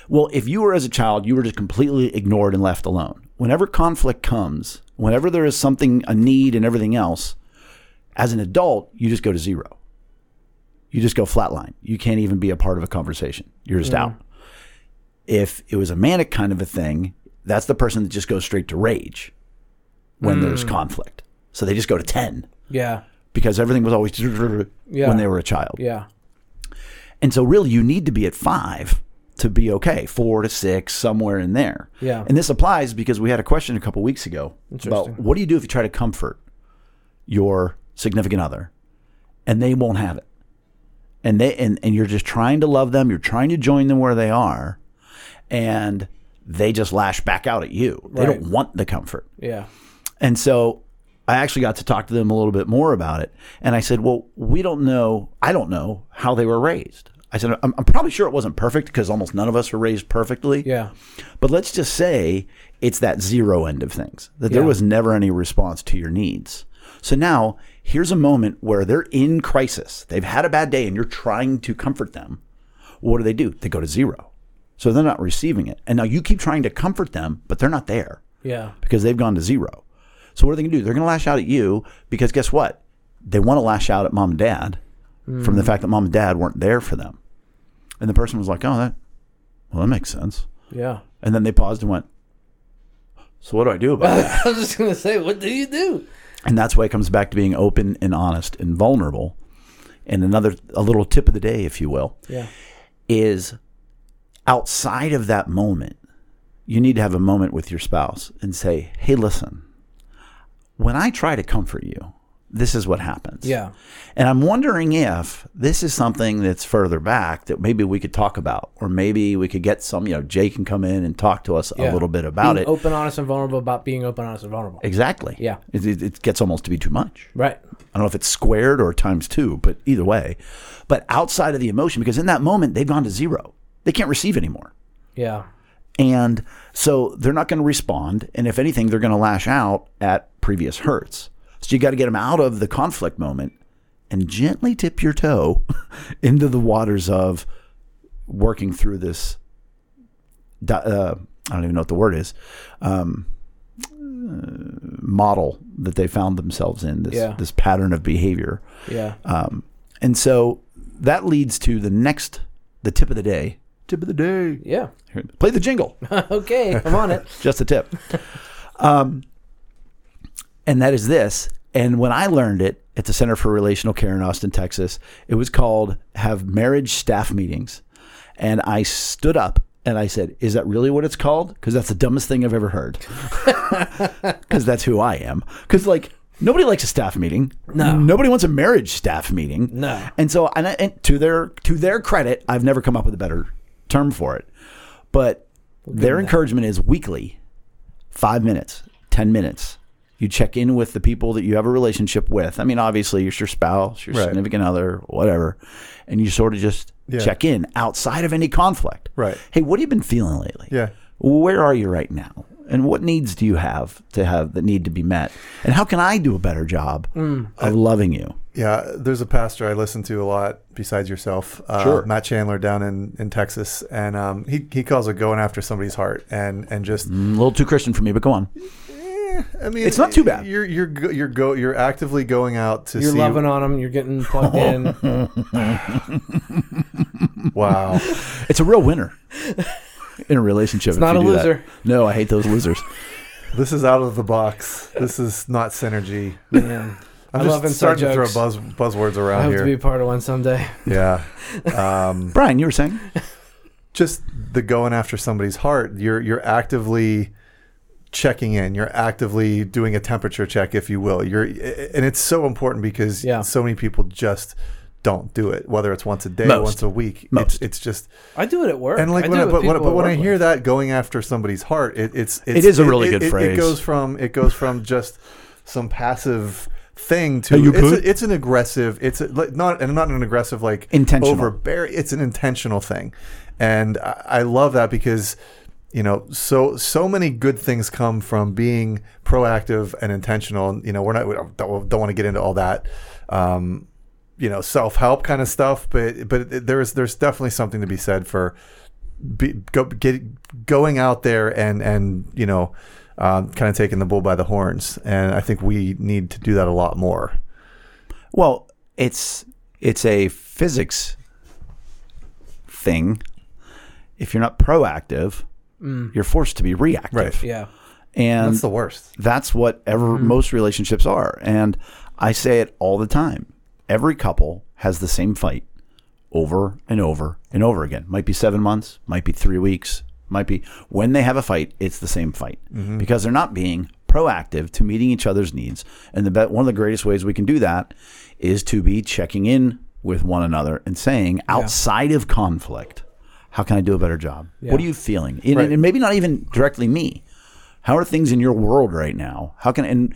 S3: Well, if you were as a child, you were just completely ignored and left alone. Whenever conflict comes, whenever there is something, a need, and everything else, as an adult, you just go to zero. You just go flatline. You can't even be a part of a conversation. You're just out. If it was a manic kind of a thing, that's the person that just goes straight to rage when there's conflict. So they just go to 10
S2: Yeah.
S3: because everything was always
S2: Yeah.
S3: when they were a child.
S2: Yeah.
S3: And so, really, you need to be at five to be okay, four to six, somewhere in there.
S2: Yeah.
S3: And this applies because we had a question a couple weeks ago about
S2: Interesting.
S3: what do you do if you try to comfort your significant other and they won't have it? And they and, and you're just trying to love them, you're trying to join them where they are, and they just lash back out at you. They
S2: Right.
S3: don't want the comfort.
S2: Yeah.
S3: And so I actually got to talk to them a little bit more about it. And I said, Well, we don't know. I don't know how they were raised. I said, I'm, I'm probably sure it wasn't perfect because almost none of us were raised perfectly.
S2: Yeah.
S3: But let's just say it's that zero end of things, that there
S2: Yeah.
S3: was never any response to your needs. So now here's a moment where they're in crisis. They've had a bad day and you're trying to comfort them. What do they do? They go to zero. So they're not receiving it. And now you keep trying to comfort them, but they're not there
S2: Yeah.
S3: because they've gone to zero. So what are they going to do? They're going to lash out at you because guess what? They want to lash out at mom and dad from the fact that mom and dad weren't there for them. And the person was like, "Oh, that well, that makes sense."
S2: Yeah.
S3: And then they paused and went, "So what do I do about that?"
S2: I was just gonna say, what do you do?
S3: And that's why it comes back to being open and honest and vulnerable and another a little tip of the day, if you will,
S2: Yeah.
S3: is outside of that moment, you need to have a moment with your spouse and say, "Hey, listen, when I try to comfort you, this is what happens."
S2: Yeah.
S3: And I'm wondering if this is something that's further back that maybe we could talk about, or maybe we could get some, you know, Jay can come in and talk to us
S2: Yeah.
S3: a little bit about
S2: Being
S3: it.
S2: Open, honest, and vulnerable about being open, honest, and vulnerable.
S3: Exactly.
S2: Yeah.
S3: It, it, it gets almost to be too much.
S2: Right.
S3: I don't know if it's squared or times two, but either way. But outside of the emotion, because in that moment, they've gone to zero, they can't receive anymore.
S2: Yeah.
S3: And so they're not going to respond. And if anything, they're going to lash out at previous hurts. So you got to get them out of the conflict moment and gently tip your toe into the waters of working through this. di- Uh, I don't even know what the word is. Um, uh, model that they found themselves in this
S2: Yeah.
S3: this pattern of behavior.
S2: Yeah.
S1: Uh,
S3: Um, and so that leads to the next, the tip of the day. Tip of the day.
S2: Yeah.
S3: Play the jingle
S2: okay. I'm on it.
S3: just a tip. um, and that is this. And when I learned it at the Center for Relational Care in Austin, Texas, it was called Have Marriage Staff Meetings. And I stood up and I said, Is that really what it's called? Because that's the dumbest thing I've ever heard. Because that's who I am. Because, like, nobody likes a staff meeting.
S2: No.
S3: Nobody wants a marriage staff meeting.
S2: No.
S3: And so, and, I- and to their to their credit, I've never come up with a better term for it. But their encouragement is weekly, five minutes, ten minutes. You check in with the people that you have a relationship with. I mean, obviously, it's your spouse, your
S1: Right.
S3: significant other, whatever, and you sort of just
S1: Yeah.
S3: check in outside of any conflict.
S1: Right.
S3: Hey, what have you been feeling lately?
S1: Yeah.
S3: Where are you right now? And what needs do you have to have that need to be met? And how can I do a better job
S1: Mm.
S3: of loving you?
S1: Yeah, there's a pastor I listen to a lot besides yourself, uh,
S3: Sure.
S1: Matt Chandler down in, in Texas, and um, he he calls it going after somebody's heart, and and just
S2: Mm.
S3: A little too Christian for me, but go on.
S1: I mean,
S3: It's not too bad.
S1: You're you're go, you're go you're actively going out to
S2: You're
S1: see.
S2: loving on them. You're getting plugged in.
S1: Wow,
S3: It's a real winner in a relationship. It's
S2: not a loser.
S3: No, I hate those losers.
S1: this is out of the box. This is not synergy.
S2: Man.
S1: I'm
S2: I
S1: just
S2: love inside
S1: starting to
S2: jokes.
S1: throw buzz buzzwords
S2: I
S1: around
S2: hope
S1: here.
S2: to be a part of one someday.
S1: Yeah. Um,
S3: Brian, you were saying?
S1: just the going after somebody's heart. You're you're actively checking in. You're actively doing a temperature check, if you will. You're and it's so important because
S2: Yeah.
S1: so many people just don't do it. Whether it's once a day,
S3: Most.
S1: once a week,
S3: Most.
S1: It's, it's just
S2: I do it at work.
S1: and like
S2: I
S1: when
S2: do
S1: I,
S2: it with
S1: but, when,
S2: people
S1: but when
S2: at
S1: I
S2: work.
S1: hear that going after somebody's heart, it, it's, it's
S3: is a really good
S1: it- It
S3: phrase.
S1: goes from it goes from just some passive thing to
S3: Hey, you
S1: it's,
S3: could?
S1: A, it's an aggressive. It's a, like, not and not an aggressive like
S3: Intentional.
S1: overbearing. It's an intentional thing, and I, I love that because you know so so many good things come from being proactive and intentional. And, You know we're not we don't, don't want to get into all that. Um, you know self-help kind of stuff but but there's there's definitely something to be said for be, go, get, going out there and and you know um, kind of taking the bull by the horns and i think we need to do that a lot more
S3: Well, it's it's a physics thing. If you're not proactive, you're forced to be reactive.
S1: Right.
S2: Mm. Yeah.
S3: And
S1: that's the worst
S3: That's what ever most relationships are. And I say it all the time. Every couple has the same fight over and over and over again. Might be seven months, might be three weeks, might be when they have a fight, it's the same fight because they're not being proactive to meeting each other's needs. And the be- one of the greatest ways we can do that is to be checking in with one another and saying outside of conflict, how can I do a better job? What are you feeling? And,
S1: Right.
S3: and maybe not even directly me. How are things in your world right now? How can and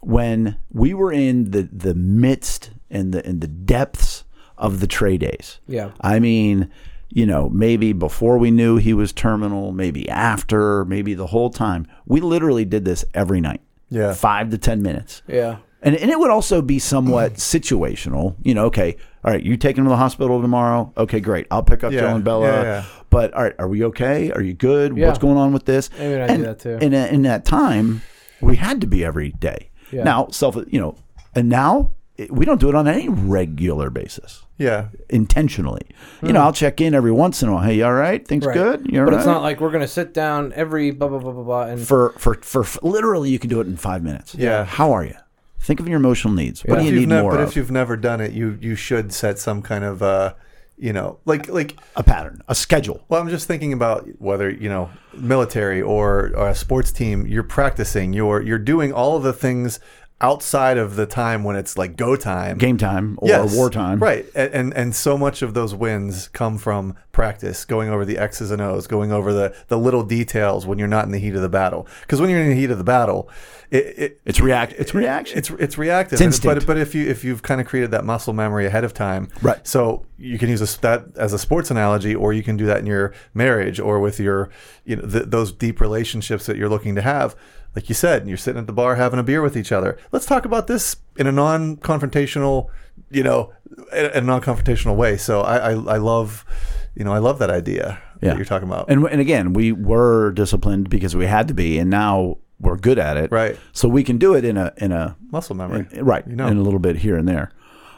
S3: when we were in the the midst and the in the depths of the trade days.
S2: Yeah.
S3: I mean, you know, maybe before we knew he was terminal, maybe after, maybe the whole time. We literally did this every night.
S1: Yeah.
S3: 5 to 10 minutes.
S2: Yeah.
S3: And, and it would also be somewhat situational. You know, okay, all right, you take him to the hospital tomorrow. Okay, great. I'll pick up
S1: Yeah,
S3: Joe and Bella.
S1: yeah, yeah.
S3: But all right, are we okay? Are you good?
S2: Yeah.
S3: What's going on with this?
S2: Maybe I do
S3: and,
S2: that too.
S3: And in that time, we had to be every day.
S2: Yeah.
S3: Now, self, you know, and now it, we don't do it on any regular basis
S1: yeah
S3: intentionally. You
S1: Hmm.
S3: know, I'll check in every once in a while. Hey, you all right? Things
S2: Right.
S3: good? You all
S2: but it's
S3: right?
S2: not like we're gonna sit down every blah blah blah blah blah and
S3: for, for for for literally you can do it in five minutes.
S1: Yeah.
S3: How are you? Think of your emotional needs.
S2: Yeah.
S3: What do
S1: If
S3: you
S1: you've
S3: need
S1: nev-
S3: more
S1: but
S3: of?
S1: if you've never done it, you you should set some kind of uh, you know, like like
S3: a pattern, a schedule.
S1: Well, I'm just thinking about whether you know military or, or a sports team. You're practicing. You're you're doing all of the things outside of the time when it's like go time,
S3: Game time or
S1: Yes,
S3: wartime.
S1: right? And, and and so much of those wins come from practice, going over the X's and O's, going over the the little details when you're not in the heat of the battle. Because when you're in the heat of the battle, it, it
S3: It's react. It's reaction.
S1: it's it's reactive.
S3: It's instinct.
S1: But but if you if you've kind of created that muscle memory ahead of time,
S3: Right.
S1: So you can use a, that as a sports analogy, or you can do that in your marriage or with your you know th- those deep relationships that you're looking to have. Like you said, you're sitting at the bar having a beer with each other. Let's talk about this in a non-confrontational, you know, in a non-confrontational way. So I I, I love, you know, I love that idea
S3: Yeah.
S1: that you're talking about.
S3: And and again, we were disciplined because we had to be, and now we're good at it.
S1: Right.
S3: So we can do it in a in a
S1: muscle memory,
S3: right
S1: You know.
S3: in a little bit here and there.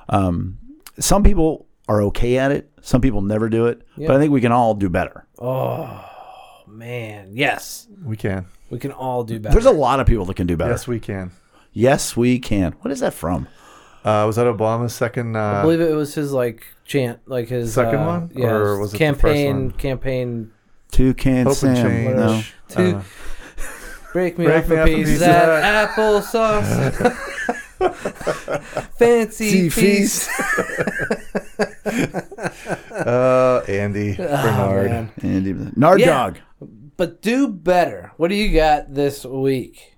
S3: Um, some people are okay at it. Some people never do it. But I think we can all do better.
S2: Man, yes,
S1: we can.
S2: we can all do better.
S3: There's
S1: Uh,
S3: a lot of people that can do better.
S1: Yes,
S3: Yes,
S1: we can.
S3: we can. What is that from?
S1: Uh, was that Obama's second? Uh,
S2: I believe it was his like chant, like his
S1: Second
S2: uh,
S1: one?
S2: yeah,
S1: Or
S2: his
S1: was it the first
S2: campaign
S1: one?
S2: campaign.
S3: Two can
S1: Hope and
S3: Sam.
S1: change.
S3: No.
S2: To
S1: Uh,
S2: break me
S1: Break
S2: up
S1: me
S2: a
S1: up a
S2: piece
S1: piece
S2: of
S1: of
S2: that applesauce. Fancy
S1: Tea
S2: feast.
S1: uh, Andy Bernard.
S2: man.
S3: Andy- Nard
S2: Yeah.
S3: dog.
S2: But do better. What do you got this week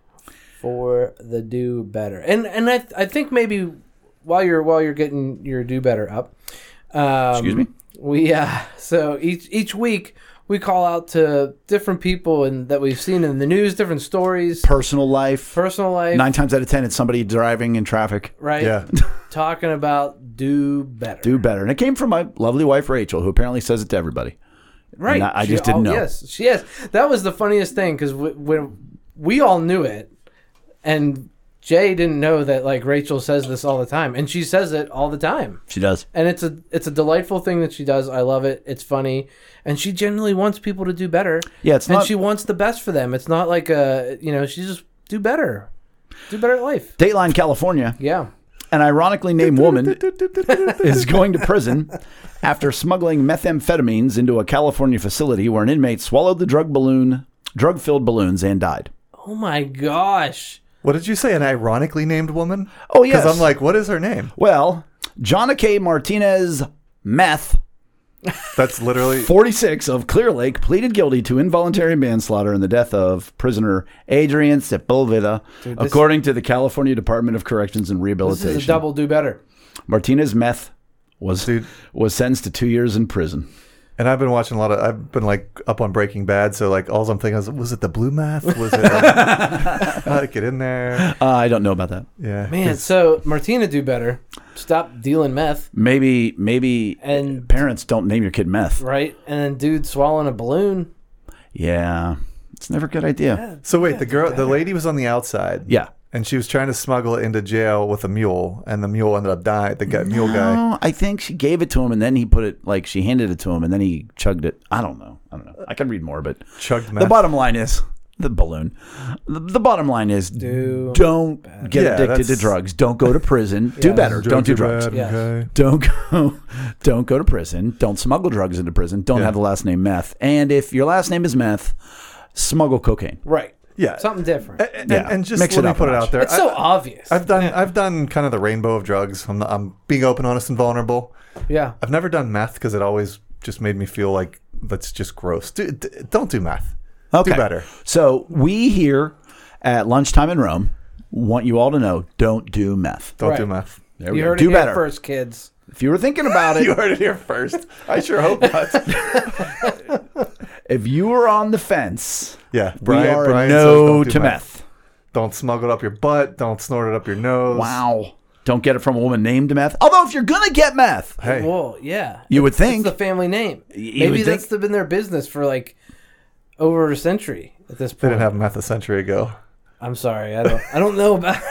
S2: for the do better? And and I I think maybe while you're while you're getting your do better up. Um,
S3: Excuse me?
S2: We uh, so each each week we call out to different people and that we've seen in the news, different stories,
S3: Personal life.
S2: personal life,
S3: Nine times out of ten, it's somebody driving in traffic.
S2: right?
S1: Yeah.
S2: Talking about do better.
S3: Do better. And it came from my lovely wife Rachel, who apparently says it to everybody.
S2: Right.
S3: And I- I
S2: She
S3: just didn't know.
S2: Yes, she yes. That was the funniest thing because when we all knew it, and Jay didn't know that like Rachel says this all the time, and she says it all the time,
S3: She does.
S2: and it's a it's a delightful thing that she does. I love it. It's funny, and she generally wants people to do better.
S3: Yeah, it's
S2: and
S3: not-
S2: she wants the best for them. It's not like a you know she just do better, do better at life.
S3: Dateline California,
S2: Yeah.
S3: an ironically named woman is going to prison after smuggling methamphetamines into a California facility where an inmate swallowed the drug balloon, drug-filled balloons and died.
S2: Oh my gosh.
S1: What did you say? An ironically named woman?
S3: Oh, yes.
S1: Because I'm like, what is her name?
S3: Well, Jonna K. Martinez Meth,
S1: That's literally
S3: 46 of Clear Lake, pleaded guilty to involuntary manslaughter in the death of prisoner Adrian Sepulveda, according to the California Department of Corrections and
S2: This
S3: Rehabilitation.
S2: is a double do better.
S3: Martinez Meth was
S1: Dude.
S3: was sentenced to two years in prison.
S1: And I've been watching a lot of. I've been like up on Breaking Bad, so like all I'm thinking is, was it the blue math? Was it? Like, how to get in there?
S3: Uh, I don't know about that.
S1: Yeah.
S2: Man, so Martina do better. Stop dealing meth.
S3: Maybe maybe
S2: And-
S3: parents don't name your kid meth.
S2: Right, and then dude swallowing a balloon.
S3: Yeah, it's never a good idea.
S1: So wait, the girl, the lady was on the outside.
S3: Yeah.
S1: And she was trying to smuggle it into jail with a mule, and the mule ended up dying. The guy, mule guy.
S3: No, I think she gave it to him, and then he put it like she handed it to him, and then he chugged it. I don't know. I don't know. I can read more, but
S1: Chugged
S3: the
S1: meth.
S3: bottom line is the balloon. The, the bottom line is
S2: Do-
S3: not get
S1: Yeah,
S3: addicted to
S1: that's-
S3: drugs. Don't go to prison. Do
S2: Yeah.
S3: better. Don't do
S1: too
S3: drugs.
S1: bad,
S2: Yes.
S1: okay.
S3: Don't go. Don't go to prison. Don't smuggle drugs into prison. Don't
S1: Yeah.
S3: have the last name meth. And if your last name is meth, smuggle cocaine.
S2: Right.
S1: Yeah.
S2: Something different.
S1: And, and-
S3: Yeah.
S1: and just
S3: Mix it
S1: let me
S3: up a
S1: put it
S3: notch.
S1: out there.
S2: it's
S1: I-
S2: so obvious.
S1: I've done I've done kind of the rainbow of drugs. I'm I'm being open, honest, and vulnerable.
S2: yeah.
S1: I've never done meth because it always just made me feel like that's just gross. Do, d- don't do meth.
S3: Okay.
S1: Do better.
S3: So we here at lunchtime in Rome want you all to know: don't do meth.
S1: Don't do
S2: Right.
S1: meth.
S3: There
S2: You heard
S3: do
S2: it
S3: better.
S2: here first, kids.
S3: If you were thinking about
S1: You
S3: it,
S1: heard it here first. I sure hope not.
S3: if you were on the fence,
S1: yeah,
S3: we are a
S1: says
S3: no
S1: don't do
S3: to meth.
S1: Don't smuggle it up your butt. Don't snort it up your nose.
S3: Wow. Don't get it from a woman named meth. Although if you're gonna get meth,
S1: Hey,
S2: Well, yeah.
S3: you would
S2: It's
S3: think
S2: the family name.
S3: you
S2: Maybe
S3: would
S2: that's
S3: think-
S2: been their business for like over a century at this
S1: they
S2: point.
S1: didn't have meth a century ago.
S2: I'm sorry. I don't I don't know about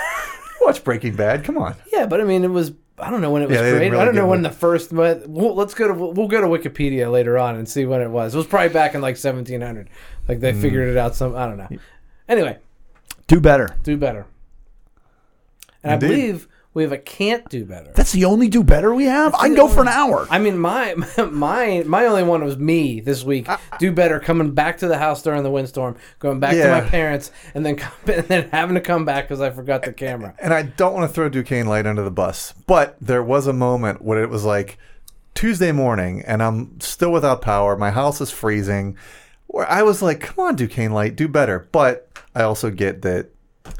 S1: Watch Breaking Bad. Come on.
S2: Yeah, but I mean it was I don't know when it was
S1: Yeah, they didn't
S2: created. I
S1: really
S2: don't know
S1: give
S2: when
S1: a-
S2: the first but we'll, let's go to we'll go to Wikipedia later on and see when it was. It was probably back in like 1700. Like
S1: Hmm.
S2: they figured it out some I don't know. Anyway,
S3: do better.
S2: do better. And
S1: Indeed.
S2: I believe we have a can't do better.
S3: That's the only do better we have. I can go for an hour.
S2: I mean, my my my only one was me this week. Do better coming back to the house during the windstorm, going back
S1: Yeah.
S2: to my parents, and then come, and then having to come back because I forgot the camera.
S1: And I don't want to throw Duquesne Light under the bus, but there was a moment when it was like Tuesday morning and I'm still without power. My house is freezing. Where I was like, come on, Duquesne Light, do better. But I also get that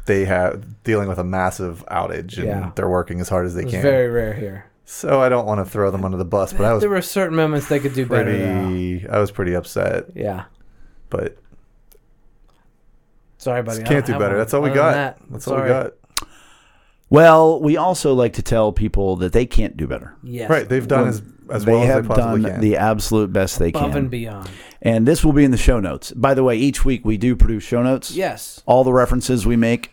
S1: they have dealing with a massive outage and
S2: Yeah.
S1: they're working as hard as they
S2: It's
S1: can.
S2: very rare here.
S1: so I don't want to throw them under the bus, but I was
S2: There were certain moments they could do better. though.
S1: pretty I was pretty upset.
S2: Yeah.
S1: But
S2: Sorry, buddy. I
S1: can't
S2: don't
S1: do
S2: have
S1: better.
S2: one.
S1: That's all we
S2: Other than
S1: got.
S2: that,
S1: That's all
S2: sorry.
S1: we got.
S3: Well, we also like to tell people that they can't do better.
S2: Yes.
S1: Right. They've done as as well as
S3: have
S1: they possibly
S3: done
S1: can.
S3: the absolute best they
S2: Above
S3: can.
S2: and beyond.
S3: And this will be in the show notes. By the way, each week we do produce show notes.
S2: Yes.
S3: All the references we make,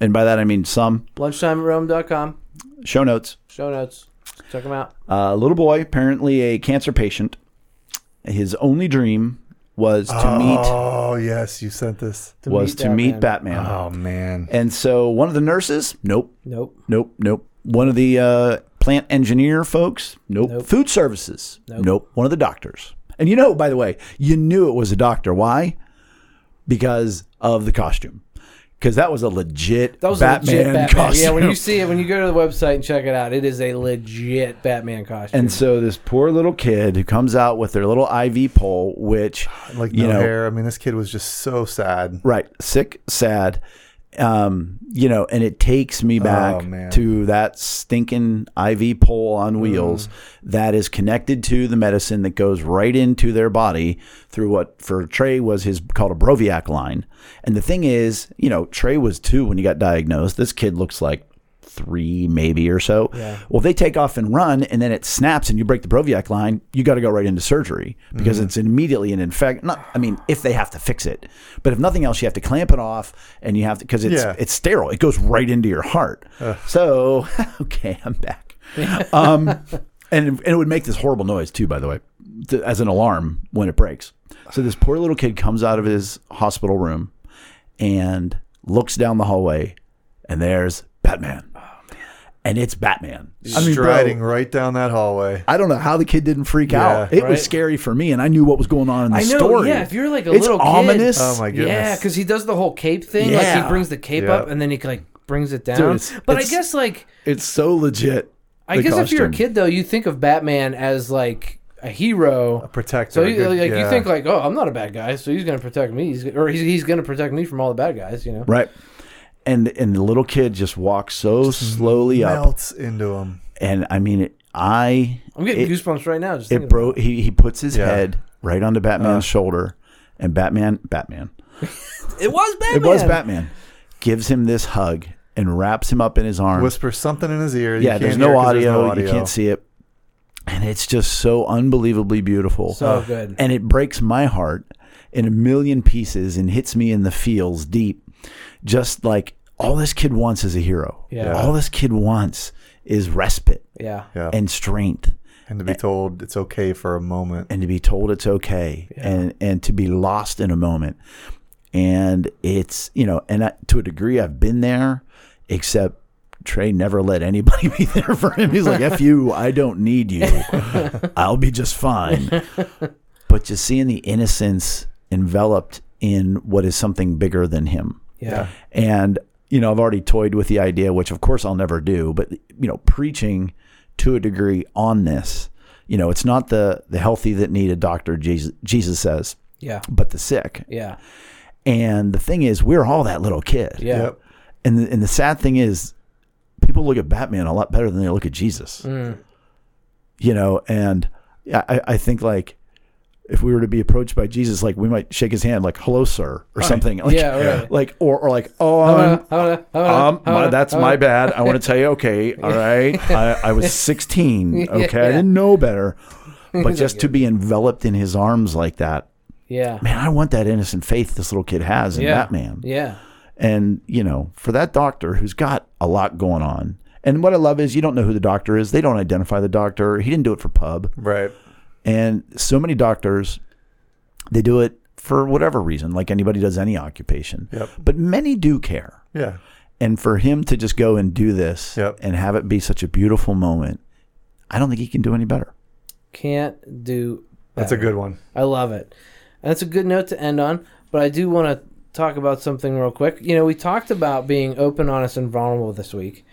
S3: and by that I mean some
S2: Lunchtimerome.com.
S3: show notes. Uh,
S2: Show notes. Check them out.
S3: A little boy, apparently a cancer patient, his only dream was to meet
S1: Oh yes, you sent this.
S2: Uh,
S3: was
S2: meet
S3: to meet
S2: Batman.
S3: Batman.
S1: Oh man.
S3: And so one of the nurses, nope,
S2: Nope.
S3: nope, nope. One of the uh, plant engineer folks, nope.
S2: Nope.
S3: Food services,
S2: Nope.
S3: nope. One of the doctors. And you know, by the way, you knew it was a doctor. Why? Because of the costume. Because that was a legit
S2: That was
S3: Batman,
S2: a legit Batman.
S3: costume.
S2: Yeah, when you see it, when you go to the website and check it out, it is a legit Batman costume.
S3: And so this poor little kid who comes out with their little IV pole, which
S1: like no
S3: you know,
S1: hair. I mean, this kid was just so sad.
S3: right, sick, sad, um, you know, and it takes
S2: Oh,
S3: me back
S1: man.
S3: to that stinking IV pole on wheels that is connected to the medicine that goes right into their body through what for Trey was his called a Broviac line. And the thing is, you know, Trey was two when he got diagnosed. This kid looks like three maybe or so. Well, they take off and run, and then it snaps, and you break the Broviac line. You got to go right into surgery because it's immediately an infect. Not, I mean, if they have to fix it, but if nothing else, you have to clamp it off, and you have to because it's
S1: Yeah.
S3: it's sterile. It goes right into your heart. So okay, I'm back. um, and and it would make this horrible noise too, by the way, th- as an alarm when it breaks. So this poor little kid comes out of his hospital room and looks down the hallway, and there's Batman.
S2: Oh,
S3: And it's Batman. I mean, bro,
S1: Striding right down that hallway.
S3: I don't know how the kid didn't freak
S1: Yeah.
S3: out. It
S2: Right.
S3: was scary for me, and I knew what was going on in the
S2: I know,
S3: story.
S2: yeah, if you're like a
S3: it's
S2: little kid-
S3: ominous.
S1: Oh my goodness.
S2: Yeah, because he does the whole cape thing. Like
S3: Yeah.
S2: he brings the cape
S1: Yeah.
S2: up and then he like brings it down.
S3: it's-
S2: but I
S3: it's-
S2: guess like
S3: It's so legit.
S2: I
S3: the
S2: guess if you're a
S3: costume.
S2: kid though, you think of Batman as like a hero.
S1: Protector.
S2: so you, like
S1: yeah.
S2: you think like, oh, I'm not a bad guy, so he's gonna protect me. He's, or he's, he's gonna protect me from all the bad guys, you know.
S3: right? And and the little kid just walks so slowly up,
S1: melts into him.
S3: and I mean, it, I
S2: I'm getting
S3: it,
S2: goosebumps right now. Just
S3: it
S2: thinking
S3: broke. He he puts his
S1: Yeah.
S3: head right onto Batman's shoulder, and Batman, Batman,
S2: about it. it was Batman.
S3: it was Batman, gives him this hug and wraps him up in his arms.
S1: Whisper something in his ear. You
S3: yeah,
S1: can't
S3: there's
S1: hear
S3: no,
S1: 'cause
S3: audio, You can't see it, and it's just so unbelievably beautiful.
S2: So good.
S3: and it breaks my heart in a million pieces and hits me in the feels deep. Just like all this kid wants is a hero.
S2: Yeah.
S3: All this kid wants is respite
S2: Yeah.
S1: Yeah. And,
S3: and strength
S1: to be told it's okay for a moment.
S3: and to be told it's okay and and to be lost in a moment. And it's, you know, and I, to a degree I've been there except Trey never let anybody be there for him. He's like, "F you, I don't need you. I'll be just fine." but just seeing the innocence enveloped in what is something bigger than him.
S2: Yeah.
S3: And, you know, I've already toyed with the idea, which of course I'll never do, but, you know, preaching to a degree on this, you know, it's not the, the healthy that need a doctor, Jesus, Jesus says,
S2: Yeah.
S3: but the sick.
S2: Yeah.
S3: And the thing is, we're all that little kid.
S2: Yeah.
S1: Yep.
S3: And, the, and the sad thing is, people look at Batman a lot better than they look at Jesus.
S2: Mm.
S3: You know, and I, I- I think like, if we were to be approached by Jesus, like we might shake his hand, like "Hello, sir," or something, like,
S2: Yeah, right. Uh-huh.
S3: like or, or like "Oh, I'm,
S2: Uh,
S3: um, my, that's my bad. I want to tell you, okay, all right. I, I was 16, okay. I didn't know better. But just to be enveloped in his arms like that,
S2: Yeah.
S3: man, I want that innocent faith this little kid has in
S2: Yeah.
S3: Batman.
S2: Yeah.
S3: And, you know, for that doctor who's got a lot going on. And what I love is you don't know who the doctor is. They don't identify the doctor. He didn't do it for pub.
S1: Right.
S3: And so many doctors, they do it for whatever reason, like anybody does any occupation.
S1: Yep.
S3: But many do care.
S1: Yeah.
S3: And for him to just go and do this
S1: Yep.
S3: and have it be such a beautiful moment, I don't think he can do any better.
S2: Can't do.
S1: That's a
S2: better.
S1: good one.
S2: I love it. And that's a good note to end on. But I do want to talk about something real quick. You know, we talked about being open, honest, and vulnerable this week.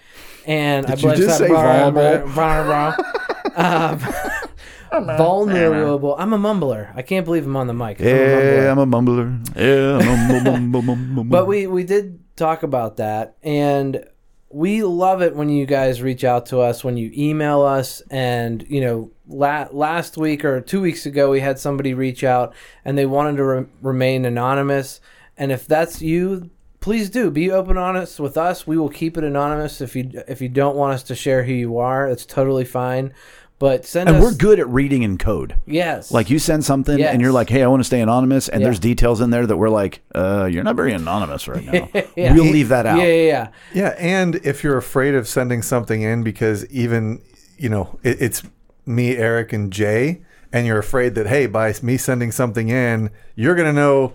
S2: And I
S3: you
S2: believe
S3: just
S2: that
S3: say vulnerable?
S2: vulnerable. um, vulnerable. I'm a mumbler. I can't believe I'm on the mic. I'm a mumbler.
S3: Yeah, Eh, I'm a mumbler. Yeah, I'm a mumbler.
S2: But we we did talk about that, and we love it when you guys reach out to us, when you email us, and you know, la- last week or two weeks ago, we had somebody reach out and they wanted to re- remain anonymous. And if that's you, please do be open, honest with us. We will keep it anonymous if you if you don't want us to share who you are. It's totally fine. But send
S3: and
S2: us
S3: we're good at reading in code.
S2: yes
S3: Like you send something
S2: Yes.
S3: and you're like, hey, I want to stay anonymous. And
S2: Yeah.
S3: there's details in there that we're like, uh, you're not very anonymous right now.
S2: Yeah.
S3: We'll leave that out.
S2: yeah yeah yeah
S1: Yeah, and if you're afraid of sending something in because even you know it, it's me, Eric, and Jay, and you're afraid that hey, by me sending something in, you're gonna know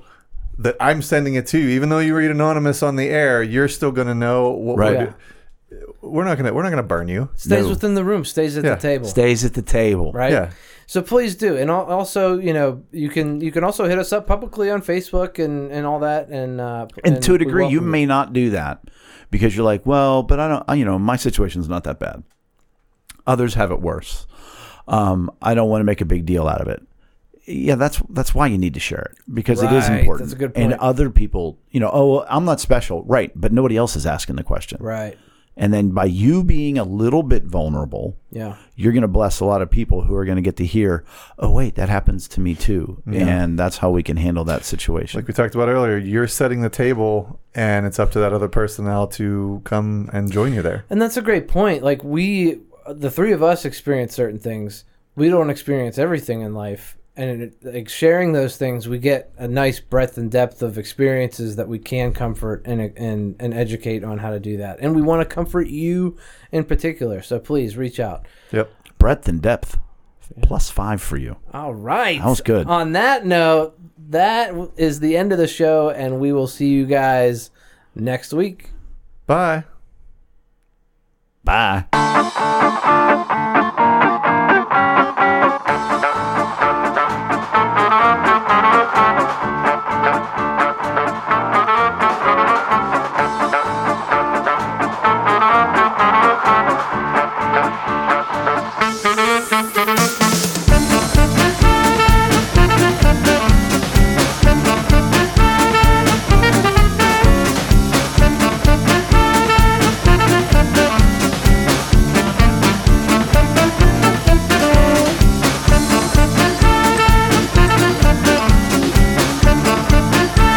S1: that I'm sending it to you, even though you read anonymous on the air, you're still gonna know what
S3: Right.
S1: we're, do- we're not gonna we're not gonna burn you.
S2: stays
S3: No.
S2: within the room stays at
S1: Yeah.
S2: the table
S3: Stays at the table.
S2: right?
S1: Yeah.
S2: So please do, and al- also, you know, you can you can also hit us up publicly on Facebook and and all that, and uh,
S3: And, to a
S2: we
S3: degree, you
S2: welcome
S3: may not do that because you're like, well, but I don't, I, you know, my situation's not that bad. Others have it worse. Um, I don't want to make a big deal out of it. Yeah, that's that's why you need to share it because it is
S2: Right,
S3: important.
S2: that's a good
S3: And
S2: point.
S3: other people, you know, oh, well, I'm not special, right? But nobody else is asking the question.
S2: right?
S3: And then by you being a little bit vulnerable,
S2: Yeah,
S3: you're going to bless a lot of people who are going to get to hear, oh, wait, that happens to me too. And that's how we can handle that situation.
S1: Like we talked about earlier, you're setting the table, and it's up to that other person now to come and join you there.
S2: and that's a great point. Like we, the three of us, experience certain things. We don't experience everything in life, and it, like sharing those things, we get a nice breadth and depth of experiences that we can comfort and and and educate on how to do that. And we want to comfort you in particular. So please reach out.
S1: Yep.
S3: Breadth and depth, plus five for you.
S2: All right.
S3: That was good.
S2: On that note, that w- is the end of the show, and we will see you guys next week.
S1: Bye.
S3: Bye.